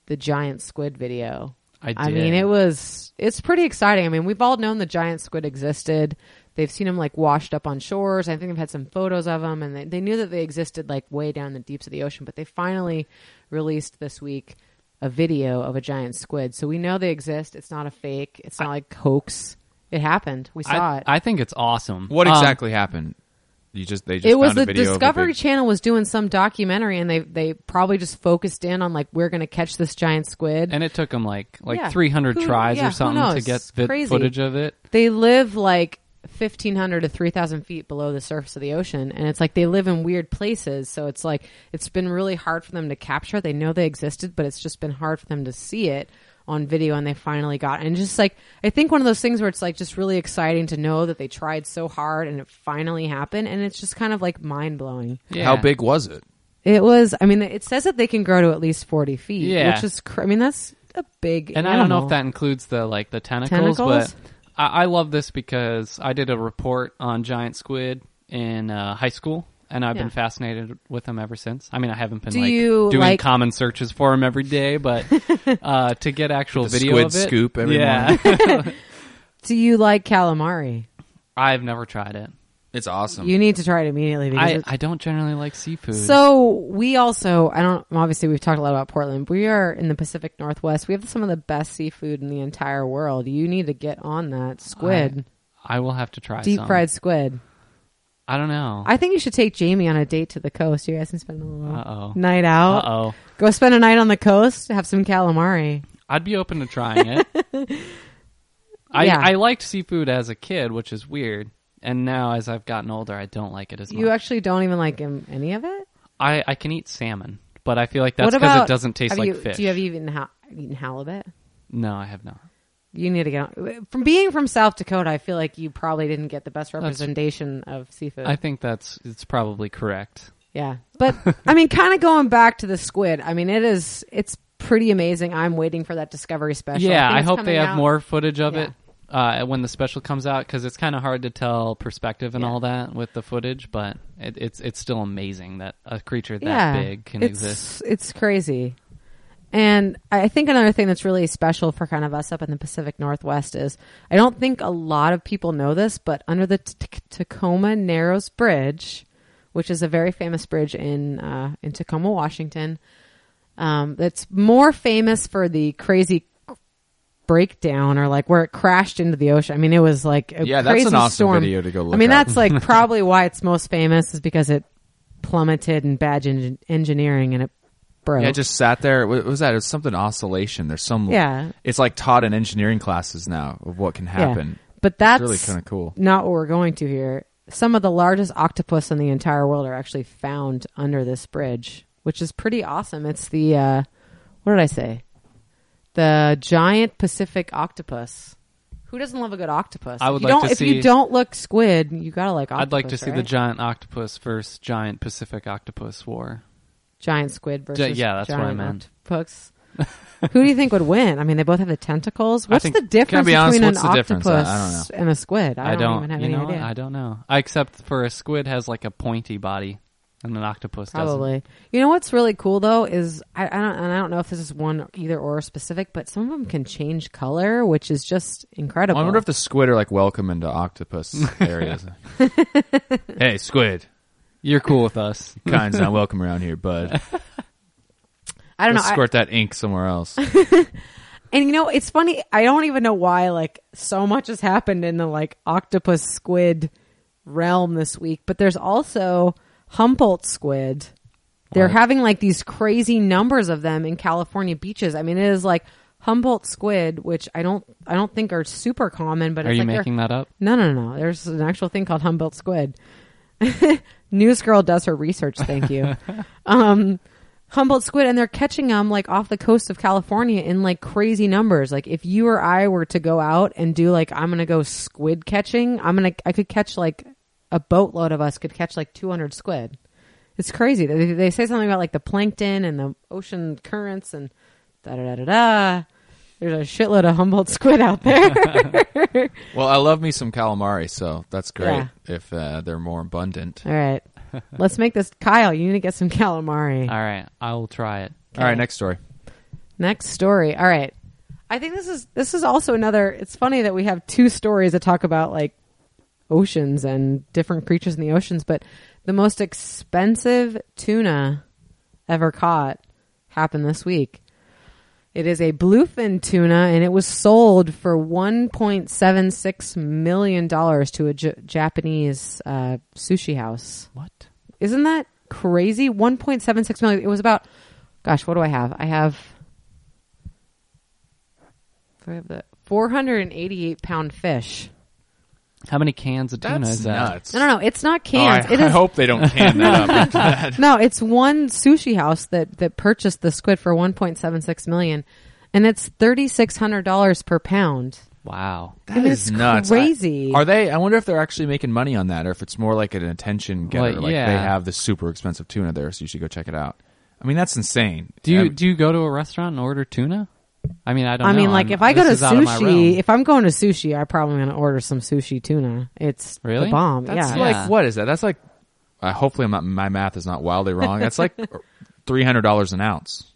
Speaker 2: the giant squid video.
Speaker 3: I
Speaker 2: I mean,
Speaker 3: did.
Speaker 2: it was, it's pretty exciting. I mean, we've all known the giant squid existed. They've seen them like washed up on shores. I think they've had some photos of them and they, they knew that they existed like way down in the deeps of the ocean, but they finally released this week a video of a giant squid. So we know they exist. It's not a fake. It's not like hoax. It happened. We saw
Speaker 3: I,
Speaker 2: it.
Speaker 3: I think it's awesome.
Speaker 1: What
Speaker 3: Um,
Speaker 1: exactly happened? you just they just
Speaker 2: it was
Speaker 1: found a
Speaker 2: the
Speaker 1: video of a
Speaker 2: Discovery
Speaker 1: big-
Speaker 2: Channel was doing some documentary, and they they probably just focused in on like we're gonna catch this giant squid.
Speaker 3: And it took them like like
Speaker 2: Yeah.
Speaker 3: 300
Speaker 2: Who-
Speaker 3: tries
Speaker 2: yeah,
Speaker 3: or
Speaker 2: who
Speaker 3: something to
Speaker 2: knows?
Speaker 3: get vi-
Speaker 2: Crazy.
Speaker 3: footage of it.
Speaker 2: they live like 1500 to 3000 feet below the surface of the ocean and it's like they live in weird places so it's like it's been really hard for them to capture they know they existed but it's just been hard for them to see it on video and they finally got and just like i think one of those things where it's like just really exciting to know that they tried so hard and it finally happened and it's just kind of like mind-blowing
Speaker 3: Yeah.
Speaker 1: How big was it?
Speaker 2: it was i mean it says that they can grow to at least 40 feet
Speaker 3: Yeah.
Speaker 2: which is cr- i mean that's a big
Speaker 3: And I don't know
Speaker 2: animal.
Speaker 3: if that includes the like the tentacles,
Speaker 2: Tentacles?
Speaker 3: but I, I love this because I did a report on giant squid in uh, high school, and I've
Speaker 2: Yeah.
Speaker 3: been fascinated with them ever since. I mean, I haven't been
Speaker 2: Do
Speaker 3: like
Speaker 2: you
Speaker 3: doing
Speaker 2: like-
Speaker 3: common searches for them every day, but uh, to get actual
Speaker 1: The
Speaker 3: video
Speaker 1: squid
Speaker 3: of it,
Speaker 1: scoop every
Speaker 3: yeah,
Speaker 2: do you like calamari
Speaker 3: I've never tried it.
Speaker 1: It's awesome.
Speaker 2: you need to try it immediately because
Speaker 3: Um, I,
Speaker 2: it's
Speaker 3: I don't generally like seafood.
Speaker 2: So we also, I don't, obviously we've talked a lot about Portland. We are in the Pacific Northwest. We have some of the best seafood in the entire world. You need to get on that squid,
Speaker 3: I will have to try
Speaker 2: deep
Speaker 3: some.
Speaker 2: fried squid.
Speaker 3: I don't know.
Speaker 2: I think you should take Jamie on a date to the coast. You guys can spend a little
Speaker 3: Uh-oh.
Speaker 2: night out.
Speaker 3: Uh oh.
Speaker 2: Go spend a night on the coast, have some calamari.
Speaker 3: I'd be open to trying it. I
Speaker 2: Yeah.
Speaker 3: I liked seafood as a kid, which is weird. And now as I've gotten older, I don't like it as much.
Speaker 2: You actually don't even like him, any of it.
Speaker 3: I, I can eat salmon, but I feel like that's
Speaker 2: what
Speaker 3: because
Speaker 2: about
Speaker 3: it doesn't taste
Speaker 2: have
Speaker 3: like
Speaker 2: you,
Speaker 3: fish.
Speaker 2: Do you have even ha- eaten halibut?
Speaker 3: no, I have not.
Speaker 2: You need to get on. From being from South Dakota, I feel like you probably didn't get the best representation of seafood.
Speaker 3: I think that's it's probably correct.
Speaker 2: Yeah. But I mean, kind of going back to the squid, I mean, it is, it's pretty amazing. I'm waiting for that Discovery special.
Speaker 3: yeah,
Speaker 2: think
Speaker 3: I
Speaker 2: it's
Speaker 3: hope they
Speaker 2: coming
Speaker 3: have
Speaker 2: out.
Speaker 3: more footage of
Speaker 2: Yeah.
Speaker 3: it uh, when the special comes out because it's kind of hard to tell perspective and all that with the footage. But it, it's it's still amazing that a creature that
Speaker 2: yeah,
Speaker 3: big can
Speaker 2: it's,
Speaker 3: exist.
Speaker 2: It's crazy. And I think another thing that's really special for kind of us up in the Pacific Northwest is I don't think a lot of people know this, but under the T- T- Tacoma Narrows Bridge, which is a very famous bridge in uh, in Tacoma, Washington, um, that's more famous for the crazy breakdown or like where it crashed into the ocean. I mean, it was like a
Speaker 1: Yeah, that's
Speaker 2: crazy
Speaker 1: an awesome
Speaker 2: storm.
Speaker 1: video to go look
Speaker 2: I mean,
Speaker 1: up.
Speaker 2: that's like probably why it's most famous is because it plummeted in bad en- engineering and it broke.
Speaker 1: Yeah, it just sat there. What was that? It was something oscillation. There's some.
Speaker 2: Yeah.
Speaker 1: It's like taught in engineering classes now of what can
Speaker 2: Yeah.
Speaker 1: happen.
Speaker 2: But that's
Speaker 1: really kinda cool.
Speaker 2: Not what we're going to here. Some of the largest octopus in the entire world are actually found under this bridge, which is pretty awesome. It's the uh, what did I say? The giant Pacific octopus. Who doesn't love a good octopus?
Speaker 3: I
Speaker 2: If
Speaker 3: would
Speaker 2: you
Speaker 3: like
Speaker 2: don't,
Speaker 3: to
Speaker 2: if
Speaker 3: see-
Speaker 2: you don't look squid, you gotta like. Octopus,
Speaker 3: I'd like to see the
Speaker 2: right?
Speaker 3: giant octopus versus giant Pacific octopus war.
Speaker 2: giant squid versus
Speaker 3: yeah, that's what I
Speaker 2: giant
Speaker 3: meant.
Speaker 2: octopus. Who do you think would win? I mean, they both have the tentacles. What's
Speaker 3: think-
Speaker 2: the
Speaker 3: can I
Speaker 2: difference
Speaker 1: be honest,
Speaker 2: between an
Speaker 1: what's the
Speaker 2: octopus
Speaker 1: difference? I- I don't
Speaker 2: and a squid? I,
Speaker 3: I don't,
Speaker 2: even have
Speaker 3: you
Speaker 2: any
Speaker 3: know,
Speaker 2: idea.
Speaker 3: I don't know. Except for a squid has like a pointy body, and an octopus doesn't.
Speaker 2: Probably. You know what's really cool though is I, I don't and I don't know if this is one either or specific, but some of them can change color, which is just incredible.
Speaker 1: I wonder if the squid are like welcome into octopus areas. hey, squid,
Speaker 3: You're cool with us.
Speaker 1: kind's not welcome around here, bud.
Speaker 2: I don't know.
Speaker 1: Let's
Speaker 2: I-
Speaker 1: squirt that ink somewhere else.
Speaker 2: and you know, it's funny. I don't even know why like so much has happened in the like octopus squid realm this week, but there's also Humboldt squid. They're having like these crazy numbers of them in California beaches. I mean, it is like Humboldt squid, which I don't, I don't think are super common, but
Speaker 3: Are
Speaker 2: it's
Speaker 3: you
Speaker 2: like they're-
Speaker 3: making that up?
Speaker 2: No, no, no. There's an actual thing called Humboldt squid. News girl does her research. Thank you. um, Humboldt squid, and they're catching them like off the coast of California in like crazy numbers. Like if you or I were to go out and do like I'm gonna go squid catching, I'm gonna I could catch like a boatload of us could catch like 200 squid. It's crazy. They, they say something about like the plankton and the ocean currents and da da da da da. There's a shitload of Humboldt squid out there.
Speaker 1: Well, I love me some calamari, so that's great
Speaker 2: Yeah.
Speaker 1: if uh, they're more abundant.
Speaker 2: All right. Let's make this. Kyle, you need to get some calamari.
Speaker 3: All right, I will try it.
Speaker 1: All right, next story.
Speaker 2: Next story. All right. I think this is this is also another it's funny that we have two stories that talk about like oceans and different creatures in the oceans, but the most expensive tuna ever caught happened this week. It is a bluefin tuna, and it was sold for one point seven six million dollars to a J- Japanese uh, sushi house.
Speaker 3: What?
Speaker 2: Isn't that crazy? One point seven six million. It was about. Gosh, what do I have? I have. I have the four hundred and eighty-eight pound fish.
Speaker 3: How many cans of tuna is that?
Speaker 2: No, no, no. It's not cans.
Speaker 1: Oh, I,
Speaker 2: It
Speaker 1: I
Speaker 2: is-
Speaker 1: hope they don't can that up. after that.
Speaker 2: no, it's one sushi house that that purchased the squid for 1.76 million and it's $3600 per pound.
Speaker 3: Wow.
Speaker 1: That
Speaker 2: mean,
Speaker 1: is
Speaker 2: it's
Speaker 1: nuts.
Speaker 2: crazy.
Speaker 1: I- are they? I wonder if they're actually making money on that, or if it's more like an attention getter.
Speaker 3: Well,
Speaker 1: like
Speaker 3: yeah.
Speaker 1: they have this super expensive tuna there, so you should go check it out. I mean, that's insane.
Speaker 3: Do you
Speaker 1: Um,
Speaker 3: do you go to a restaurant and order tuna? I mean, I don't.
Speaker 2: I mean
Speaker 3: know.
Speaker 2: like
Speaker 3: I'm-
Speaker 2: if I go to
Speaker 3: this is out of my
Speaker 2: sushi,
Speaker 3: realm.
Speaker 2: if I'm going to sushi, I probably going to order some sushi tuna. It's
Speaker 3: Really?
Speaker 2: the bomb.
Speaker 1: that's
Speaker 2: yeah.
Speaker 1: like
Speaker 3: Yeah.
Speaker 1: what is that? That's like. I hopefully, I'm not. My math is not wildly wrong. That's like three hundred dollars an ounce.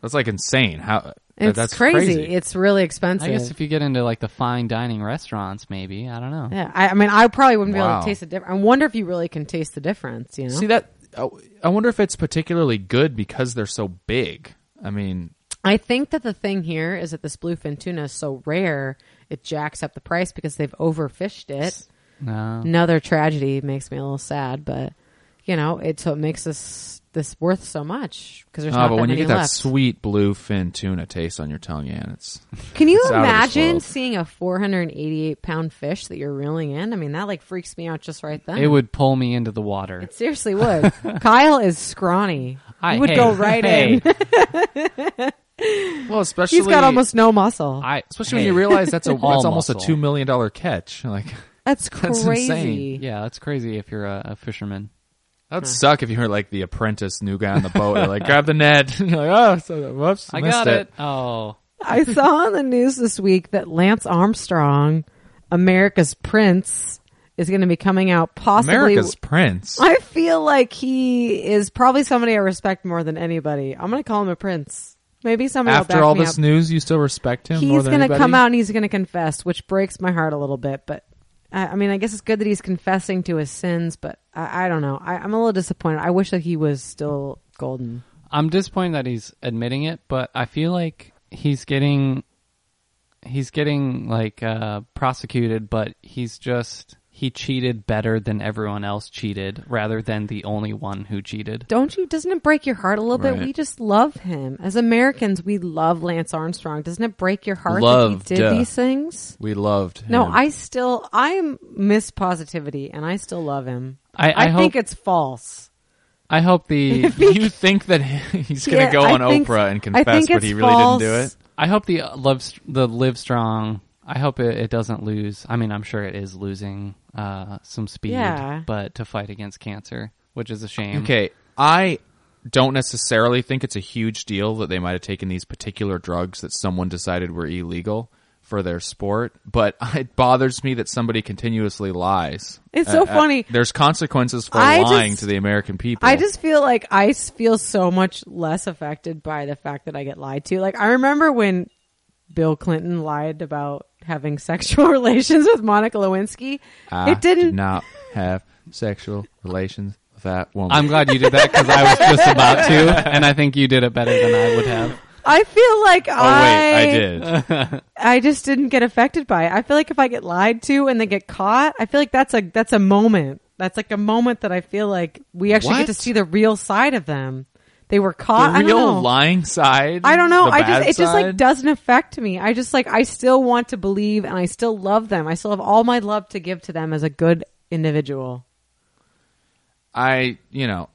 Speaker 1: That's like insane. How
Speaker 2: it's
Speaker 1: that's
Speaker 2: crazy. It's really expensive.
Speaker 3: I guess if you get into like the fine dining restaurants, maybe I don't know.
Speaker 2: yeah, I, I mean, I probably wouldn't be able
Speaker 1: Wow.
Speaker 2: to taste the difference. I wonder if you really can taste the difference. You know,
Speaker 1: See that? I- I wonder if it's particularly good because they're so big. I mean,
Speaker 2: I think that the thing here is that this bluefin tuna is so rare, it jacks up the price because they've overfished it.
Speaker 3: No.
Speaker 2: another tragedy makes me a little sad, but you know, it so it makes this this worth so much because there's
Speaker 1: oh,
Speaker 2: not
Speaker 1: but
Speaker 2: that
Speaker 1: when you
Speaker 2: many
Speaker 1: get that
Speaker 2: left.
Speaker 1: sweet bluefin tuna taste on your tongue, yeah, it's
Speaker 2: Can you
Speaker 1: it's out of this
Speaker 2: imagine
Speaker 1: world.
Speaker 2: seeing a 488 pound fish that you're reeling in? I mean, that like freaks me out just right then.
Speaker 3: It would pull me into the water.
Speaker 2: It seriously would. Kyle is scrawny.
Speaker 3: I
Speaker 2: he would go right in.
Speaker 1: well, especially
Speaker 2: He's got almost no muscle.
Speaker 3: I
Speaker 1: especially when you realize that's a
Speaker 3: All
Speaker 1: that's almost a
Speaker 3: muscle.
Speaker 1: two million dollar catch. Like
Speaker 2: that's
Speaker 1: that's
Speaker 2: crazy.
Speaker 1: insane.
Speaker 3: Yeah, that's crazy if you're a, a fisherman.
Speaker 1: that'd suck if you were like the apprentice new guy on the boat. They're like grab the net. You're like oh, so, whoops,
Speaker 3: I
Speaker 1: missed
Speaker 3: got it. Oh,
Speaker 2: I saw on the news this week that Lance Armstrong, America's Prince, is going to be coming out possibly
Speaker 1: America's prince.
Speaker 2: I feel like he is probably somebody I respect more than anybody. I'm going to call him a prince. Maybe somebody will
Speaker 1: After
Speaker 2: back
Speaker 1: all
Speaker 2: me
Speaker 1: this
Speaker 2: up.
Speaker 1: news, you still respect him. more
Speaker 2: he's
Speaker 1: than
Speaker 2: going to
Speaker 1: anybody?
Speaker 2: come out and he's going to confess, which breaks my heart a little bit. But I, I mean, I guess it's good that he's confessing to his sins. But I, I don't know. I, I'm a little disappointed. I wish that he was still golden.
Speaker 3: I'm disappointed that he's admitting it, but I feel like he's getting he's getting like uh prosecuted, but he's just he cheated better than everyone else cheated rather than the only one who cheated.
Speaker 2: Don't you? Doesn't it break your heart a little
Speaker 1: Right.
Speaker 2: bit? We just love him as Americans. We love Lance Armstrong. Doesn't it break your heart
Speaker 1: Love,
Speaker 2: that he did
Speaker 1: duh.
Speaker 2: these things?
Speaker 1: We loved.
Speaker 2: No,
Speaker 1: him.
Speaker 2: I still I miss positivity, and I still love him.
Speaker 3: I- I
Speaker 2: think
Speaker 3: hope-
Speaker 2: it's false.
Speaker 3: I hope the
Speaker 1: You think that he's going to
Speaker 2: Yeah,
Speaker 1: go
Speaker 2: I
Speaker 1: on
Speaker 2: think-
Speaker 1: Oprah and
Speaker 2: I
Speaker 1: confess,
Speaker 2: think
Speaker 1: but
Speaker 2: it's
Speaker 1: he really
Speaker 2: false.
Speaker 1: didn't do it?
Speaker 3: I hope the uh, love Str- the live strong. I hope it, it doesn't lose. I mean, I'm sure it is losing uh some speed,
Speaker 2: Yeah.
Speaker 3: but to fight against cancer, which is a shame.
Speaker 1: Okay, I don't necessarily think it's a huge deal that they might have taken these particular drugs that someone decided were illegal for their sport, but it bothers me that somebody continuously lies. Uh,
Speaker 2: It's so funny.
Speaker 1: there's consequences for
Speaker 2: I
Speaker 1: lying
Speaker 2: just-
Speaker 1: to the American people.
Speaker 2: I just feel like I s- feel so much less affected by the fact that I get lied to. Like I remember when Bill Clinton lied about having sexual relations with Monica Lewinsky.
Speaker 1: I
Speaker 2: it didn't.
Speaker 1: did not have sexual relations with that woman.
Speaker 3: I'm glad you did that because I was just about to, and I think you did it better than I would have.
Speaker 2: I feel like
Speaker 1: oh
Speaker 2: I.
Speaker 1: wait, I did.
Speaker 2: I just didn't get affected by it. I feel like if I get lied to and they get caught, I feel like that's a that's a moment. That's like a moment that I feel like we actually get to
Speaker 1: What?
Speaker 2: see the real side of them. They were caught.
Speaker 1: The
Speaker 2: I don't
Speaker 1: real
Speaker 2: know.
Speaker 1: lying side.
Speaker 2: I don't know.
Speaker 1: the
Speaker 2: I
Speaker 1: bad
Speaker 2: just it just like
Speaker 1: side?
Speaker 2: doesn't affect me. I just like I still want to believe and I still love them. I still have all my love to give to them as a good individual.
Speaker 1: I, you know,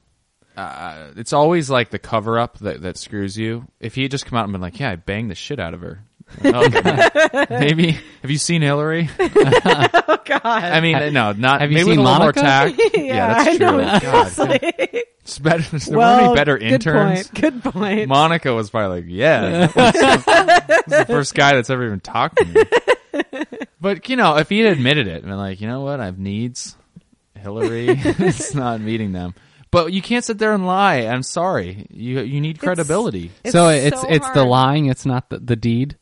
Speaker 1: uh, it's always like the cover up that, that screws you. If he had just come out and been like, "Yeah, I banged the shit out of her," Okay. maybe. Have you seen Hillary?
Speaker 2: Oh God.
Speaker 1: I mean, no, not.
Speaker 3: Have you
Speaker 1: maybe
Speaker 3: seen
Speaker 1: with a little more
Speaker 3: Monica?
Speaker 1: tact.
Speaker 2: yeah, I
Speaker 1: that's true. Oh,
Speaker 2: know.
Speaker 1: God,
Speaker 2: It's like,
Speaker 1: it's better. There weren't
Speaker 2: well,
Speaker 1: any better
Speaker 2: good
Speaker 1: interns.
Speaker 2: point. Good point.
Speaker 1: Monica was probably like, "Yeah, this is the first guy that's ever even talked to me." But you know, if he had admitted it and been like, "You know what? I have needs. Hillary, it's not meeting them." But you can't sit there and lie. I'm sorry. You you need credibility.
Speaker 2: It's
Speaker 3: so it's
Speaker 2: so
Speaker 3: it's the
Speaker 2: hard.
Speaker 3: lying, it's not the, the deed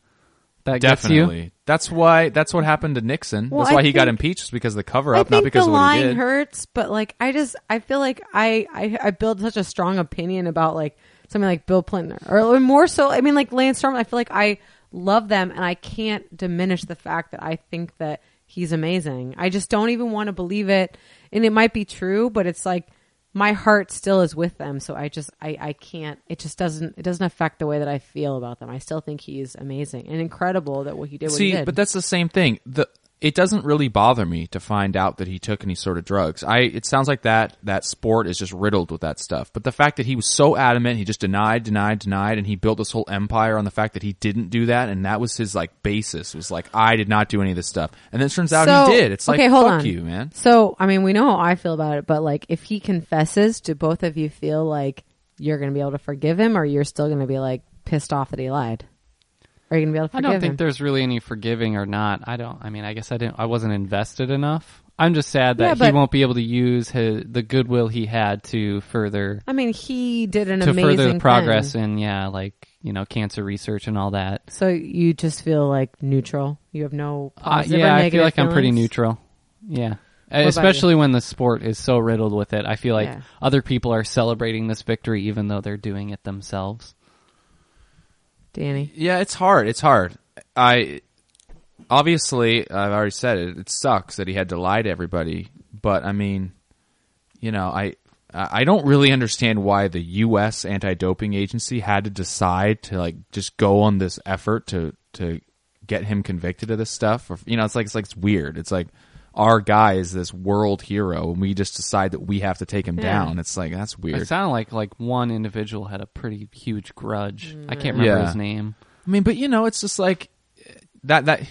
Speaker 3: that gets you.
Speaker 1: Definitely. That's why. That's what happened to Nixon.
Speaker 2: Well,
Speaker 1: that's why
Speaker 2: I
Speaker 1: he got
Speaker 2: think-
Speaker 1: impeached was because of the cover
Speaker 2: I
Speaker 1: up,
Speaker 2: think
Speaker 1: not because
Speaker 2: the
Speaker 1: of what he
Speaker 2: line
Speaker 1: did.
Speaker 2: hurts, but like I just I feel like I I I build such a strong opinion about like something like Bill Clinton or, or more so. I mean, like Lance Storm. I feel like I love them, and I can't diminish the fact that I think that he's amazing. I just don't even want to believe it, and it might be true, but it's like my heart still is with them. So I just I I can't. It just doesn't it doesn't affect the way that I feel about them. I still think he's amazing and incredible that what he did. what he
Speaker 1: See,
Speaker 2: did.
Speaker 1: but that's the same thing. The it doesn't really bother me to find out that he took any sort of drugs. I it sounds like that that sport is just riddled with that stuff. But the fact that he was so adamant, he just denied, denied, denied, and he built this whole empire on the fact that he didn't do that, and that was his like basis was like I did not do any of this stuff, and then it turns out he did. It's like
Speaker 2: okay, hold
Speaker 1: fuck
Speaker 2: on.
Speaker 1: you, man.
Speaker 2: So I mean, we know how I feel about it, but like, if he confesses, do both of you feel like you're going to be able to forgive him, or you're still going to be like pissed off that he lied? Are you going to be able to
Speaker 3: I
Speaker 2: forgive
Speaker 3: don't think
Speaker 2: him?
Speaker 3: there's really any forgiving or not. I don't. I mean, I guess I didn't. I wasn't invested enough. I'm just sad
Speaker 2: Yeah,
Speaker 3: that he
Speaker 2: but-
Speaker 3: won't be able to use his, the goodwill he had to further
Speaker 2: I mean, he did an
Speaker 3: to
Speaker 2: amazing
Speaker 3: further the
Speaker 2: thing.
Speaker 3: progress in yeah, like you know, cancer research and all that.
Speaker 2: So you just feel like neutral. You have no
Speaker 3: Uh,
Speaker 2: positive or
Speaker 3: yeah, I
Speaker 2: negative
Speaker 3: feel like I'm pretty
Speaker 2: feelings?
Speaker 3: neutral. Yeah.
Speaker 2: you?
Speaker 3: Especially when the sport is so riddled with it, I feel like
Speaker 2: Yeah.
Speaker 3: other people are celebrating this victory even though they're doing it themselves.
Speaker 2: Danny.
Speaker 1: Yeah, it's hard. It's hard. I obviously I've already said it. It sucks that he had to lie to everybody, but I mean, you know, I I don't really understand why the U.S. anti-doping agency had to decide to like just go on this effort to to get him convicted of this stuff. Or you know, it's like it's like it's weird. It's like our guy is this world hero, and we just decide that we have to take him
Speaker 2: Yeah.
Speaker 1: down. It's like that's
Speaker 3: It
Speaker 1: weird.
Speaker 3: sounded like like one individual had a pretty huge grudge. I can't remember
Speaker 1: Yeah.
Speaker 3: his name.
Speaker 1: I mean, but you know, it's just like that that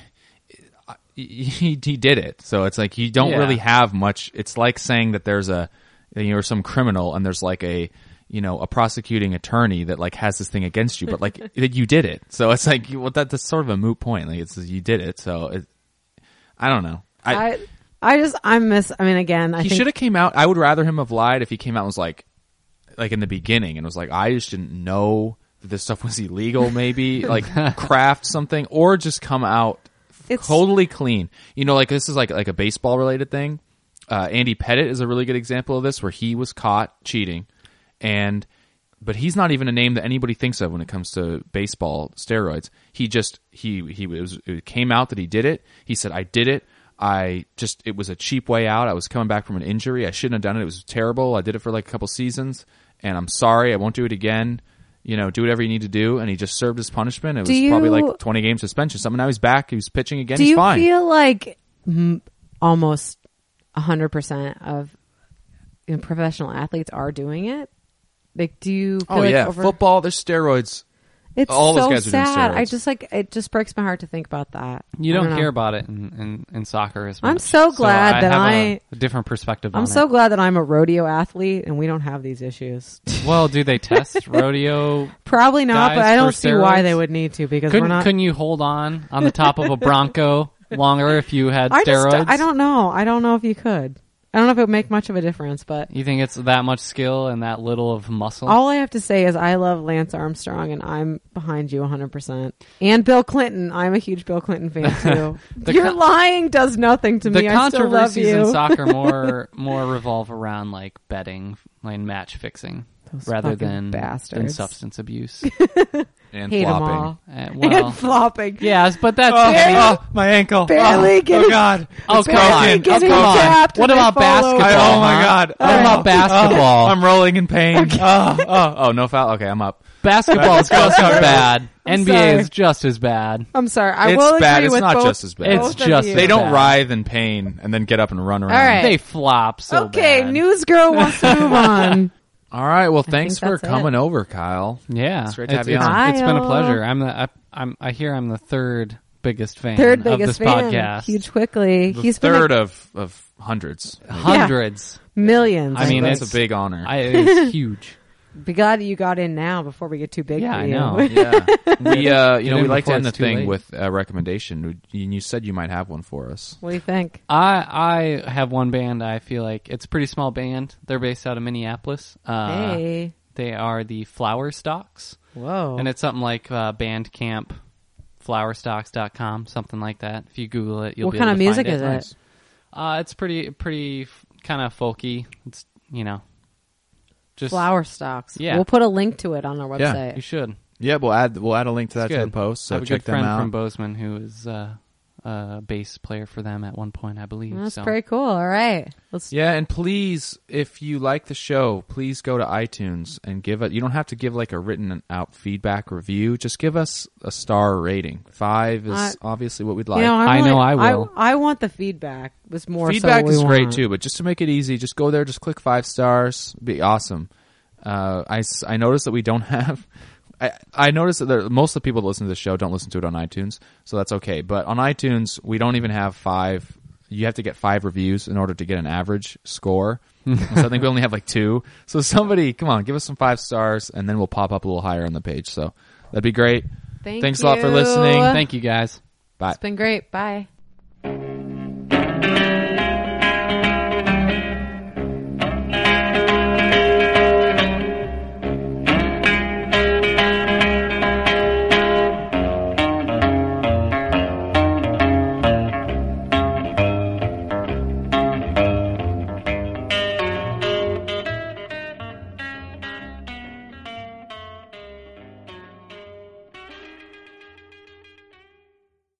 Speaker 1: he he did it. So it's like you don't
Speaker 3: Yeah.
Speaker 1: really have much. It's like saying that there's a you're some criminal and there's like a you know a prosecuting attorney that like has this thing against you, but like that you did it. So it's like you- well, that that's sort of a moot point. Like it's you did it. So it, I don't know. I,
Speaker 2: I, I just I miss. I mean, again, I
Speaker 1: he
Speaker 2: think
Speaker 1: should have came out. I would rather him have lied if he came out and was like, like in the beginning, and was like, I just didn't know that this stuff was illegal. Maybe like craft something, or just come out
Speaker 2: It's-
Speaker 1: totally clean. You know, like this is like like a baseball related thing. Uh, Andy Pettit is a really good example of this, where he was caught cheating, and but he's not even a name that anybody thinks of when it comes to baseball steroids. He just he he was it came out that he did it. He said, "I did it. I just it was a cheap way out. I was coming back from an injury. I shouldn't have done it. It was terrible. I did it for like a couple seasons, and I'm sorry. I won't do it again." You know, do whatever you need to do, and he just served his punishment. It was
Speaker 2: Do
Speaker 1: probably
Speaker 2: you-
Speaker 1: like twenty game suspension. Something now he's back. He's pitching again.
Speaker 2: Do
Speaker 1: he's
Speaker 2: you
Speaker 1: fine.
Speaker 2: feel like m- almost hundred percent of you know, professional athletes are doing it? Like, do you? Feel
Speaker 1: Oh
Speaker 2: like
Speaker 1: yeah,
Speaker 2: over-
Speaker 1: football. There's steroids.
Speaker 2: It's
Speaker 1: all those
Speaker 2: so
Speaker 1: guys are doing
Speaker 2: sad. I
Speaker 1: steroids.
Speaker 2: just like it. Just breaks my heart to think about that.
Speaker 3: You
Speaker 2: I
Speaker 3: don't,
Speaker 2: know.
Speaker 3: hear about it in, in, in soccer as much.
Speaker 2: I'm so glad that
Speaker 3: have
Speaker 2: I-
Speaker 3: a different perspective.
Speaker 2: I'm
Speaker 3: on
Speaker 2: so
Speaker 3: it.
Speaker 2: glad that I'm a rodeo athlete and we don't have these issues.
Speaker 3: well. Do they test rodeo?
Speaker 2: Probably not,
Speaker 3: Guys
Speaker 2: but I don't
Speaker 3: for
Speaker 2: see why
Speaker 3: steroids?
Speaker 2: they would need to because
Speaker 3: Couldn't
Speaker 2: we're not.
Speaker 3: couldn't you hold on on the top of a bronco longer if you had
Speaker 2: I
Speaker 3: steroids?
Speaker 2: just I don't know. I don't know if you could. I don't know if it would make much of a difference, but
Speaker 3: You think it's that much skill and that little of muscle?
Speaker 2: All I have to say is I love Lance Armstrong and I'm behind you 100%. And Bill Clinton. I'm a huge Bill Clinton fan too. Your
Speaker 3: con-
Speaker 2: lying does nothing to
Speaker 3: the
Speaker 2: me. I still love
Speaker 3: controversies
Speaker 2: you.
Speaker 3: in soccer more more revolve around like betting and match fixing
Speaker 2: Those
Speaker 3: rather
Speaker 2: fucking
Speaker 3: than than
Speaker 2: bastards.
Speaker 3: substance abuse.
Speaker 1: And
Speaker 2: Hate 'em
Speaker 1: flopping.
Speaker 2: all.
Speaker 3: Uh, well,
Speaker 2: and flopping.
Speaker 3: yes, but that's
Speaker 2: Barely-
Speaker 1: Ah, my ankle. Ah,
Speaker 2: barely getting-
Speaker 1: god.
Speaker 3: oh
Speaker 1: Oh. It's
Speaker 3: come
Speaker 2: barely
Speaker 3: on,
Speaker 1: broken.
Speaker 2: getting
Speaker 3: come on.
Speaker 2: tapped
Speaker 3: What
Speaker 2: and they
Speaker 3: about
Speaker 2: fall over.
Speaker 3: basketball?
Speaker 1: I- oh my
Speaker 3: huh?
Speaker 1: God.
Speaker 3: What
Speaker 1: Oh.
Speaker 3: about basketball?
Speaker 1: I'm rolling in pain. Oh, oh, oh, no foul. Okay, I'm up.
Speaker 3: Basketball is just as bad.
Speaker 2: I'm
Speaker 3: NBA
Speaker 2: sorry.
Speaker 3: is just as bad.
Speaker 2: I'm sorry. I
Speaker 1: It's
Speaker 2: will
Speaker 1: bad.
Speaker 2: agree
Speaker 1: It's
Speaker 2: with
Speaker 1: not
Speaker 2: both-
Speaker 1: just as bad.
Speaker 2: both
Speaker 3: It's
Speaker 2: of
Speaker 3: just
Speaker 2: you.
Speaker 1: They don't
Speaker 3: Bad.
Speaker 1: writhe in pain and then get up and run around.
Speaker 2: All right.
Speaker 3: They flop so
Speaker 2: okay,
Speaker 3: bad.
Speaker 2: News Girl wants to move on.
Speaker 1: All right, Well, thanks for
Speaker 2: that's it.
Speaker 1: coming over, Kyle.
Speaker 3: Yeah,
Speaker 1: It's great to have you
Speaker 2: on.
Speaker 3: it's been a
Speaker 2: Kyle.
Speaker 3: pleasure. I'm the I, I'm I hear I'm the third biggest fan
Speaker 2: Third
Speaker 3: of this
Speaker 2: biggest fan.
Speaker 3: podcast.
Speaker 2: Huge quickly.
Speaker 1: The
Speaker 2: He's
Speaker 1: third
Speaker 2: been
Speaker 1: of of hundreds.
Speaker 3: Hundreds.
Speaker 2: like millions.
Speaker 3: I mean,
Speaker 2: think.
Speaker 1: that's a big honor.
Speaker 3: I, it's huge.
Speaker 2: be glad you got in now before we get too big
Speaker 3: Yeah,
Speaker 2: for
Speaker 3: I
Speaker 2: you.
Speaker 3: know.
Speaker 1: yeah, we uh, you know
Speaker 3: in
Speaker 1: we like to
Speaker 3: before
Speaker 1: end the
Speaker 3: it's too
Speaker 1: thing
Speaker 3: late.
Speaker 1: with a recommendation. You, you said you might have one for us.
Speaker 2: What do you think?
Speaker 3: I I have one band. I feel like it's a pretty small band. They're based out of Minneapolis. Uh,
Speaker 2: hey.
Speaker 3: They are the Flower Stalks,
Speaker 2: Whoa.
Speaker 3: and it's something like uh, Bandcamp, flowerstocks.com, something like that. If you Google it, you'll
Speaker 2: What
Speaker 3: be
Speaker 2: kind
Speaker 3: able
Speaker 2: of
Speaker 3: to
Speaker 2: music
Speaker 3: find
Speaker 2: is it?
Speaker 1: Nice.
Speaker 3: Uh, it's pretty pretty kind of folky. It's you know Just
Speaker 2: flower stalks.
Speaker 3: Yeah.
Speaker 2: We'll put a link to it on our
Speaker 1: Yeah.
Speaker 2: website.
Speaker 3: You should.
Speaker 1: Yeah, we'll add we'll add a link to that
Speaker 3: It's
Speaker 1: to the
Speaker 3: good.
Speaker 1: post. So
Speaker 3: I have a
Speaker 1: check
Speaker 3: good
Speaker 1: them
Speaker 3: friend
Speaker 1: out.
Speaker 3: from Bozeman who is uh, a bass player for them at one point, I believe.
Speaker 2: That's
Speaker 3: so.
Speaker 2: pretty cool. All right. Let's
Speaker 1: Yeah, and please, if you like the show, please go to iTunes and give it. You don't have to give like a written out feedback review. Just give us a star rating. Five is
Speaker 2: I-
Speaker 1: obviously what we'd like.
Speaker 2: Uh, you know, I'm
Speaker 3: I know
Speaker 2: like-
Speaker 3: I will.
Speaker 2: I, want the feedback. Was more
Speaker 1: feedback
Speaker 2: so we
Speaker 1: is great
Speaker 2: want.
Speaker 1: too, but just to make it easy, just go there, just click five stars, be awesome. Uh, I s- I noticed that we don't have. I, I noticed that there, most of the people that listen to the show don't listen to it on iTunes, so that's okay. But on iTunes, we don't even have five. You have to get five reviews in order to get an average score. And so I think we only have like two. So somebody, come on, give us some five stars, and then we'll pop up a little higher on the page. So that'd be great.
Speaker 2: Thank
Speaker 1: Thanks a lot for
Speaker 2: you.
Speaker 1: listening.
Speaker 3: Thank you guys.
Speaker 1: Bye.
Speaker 2: It's been great. Bye.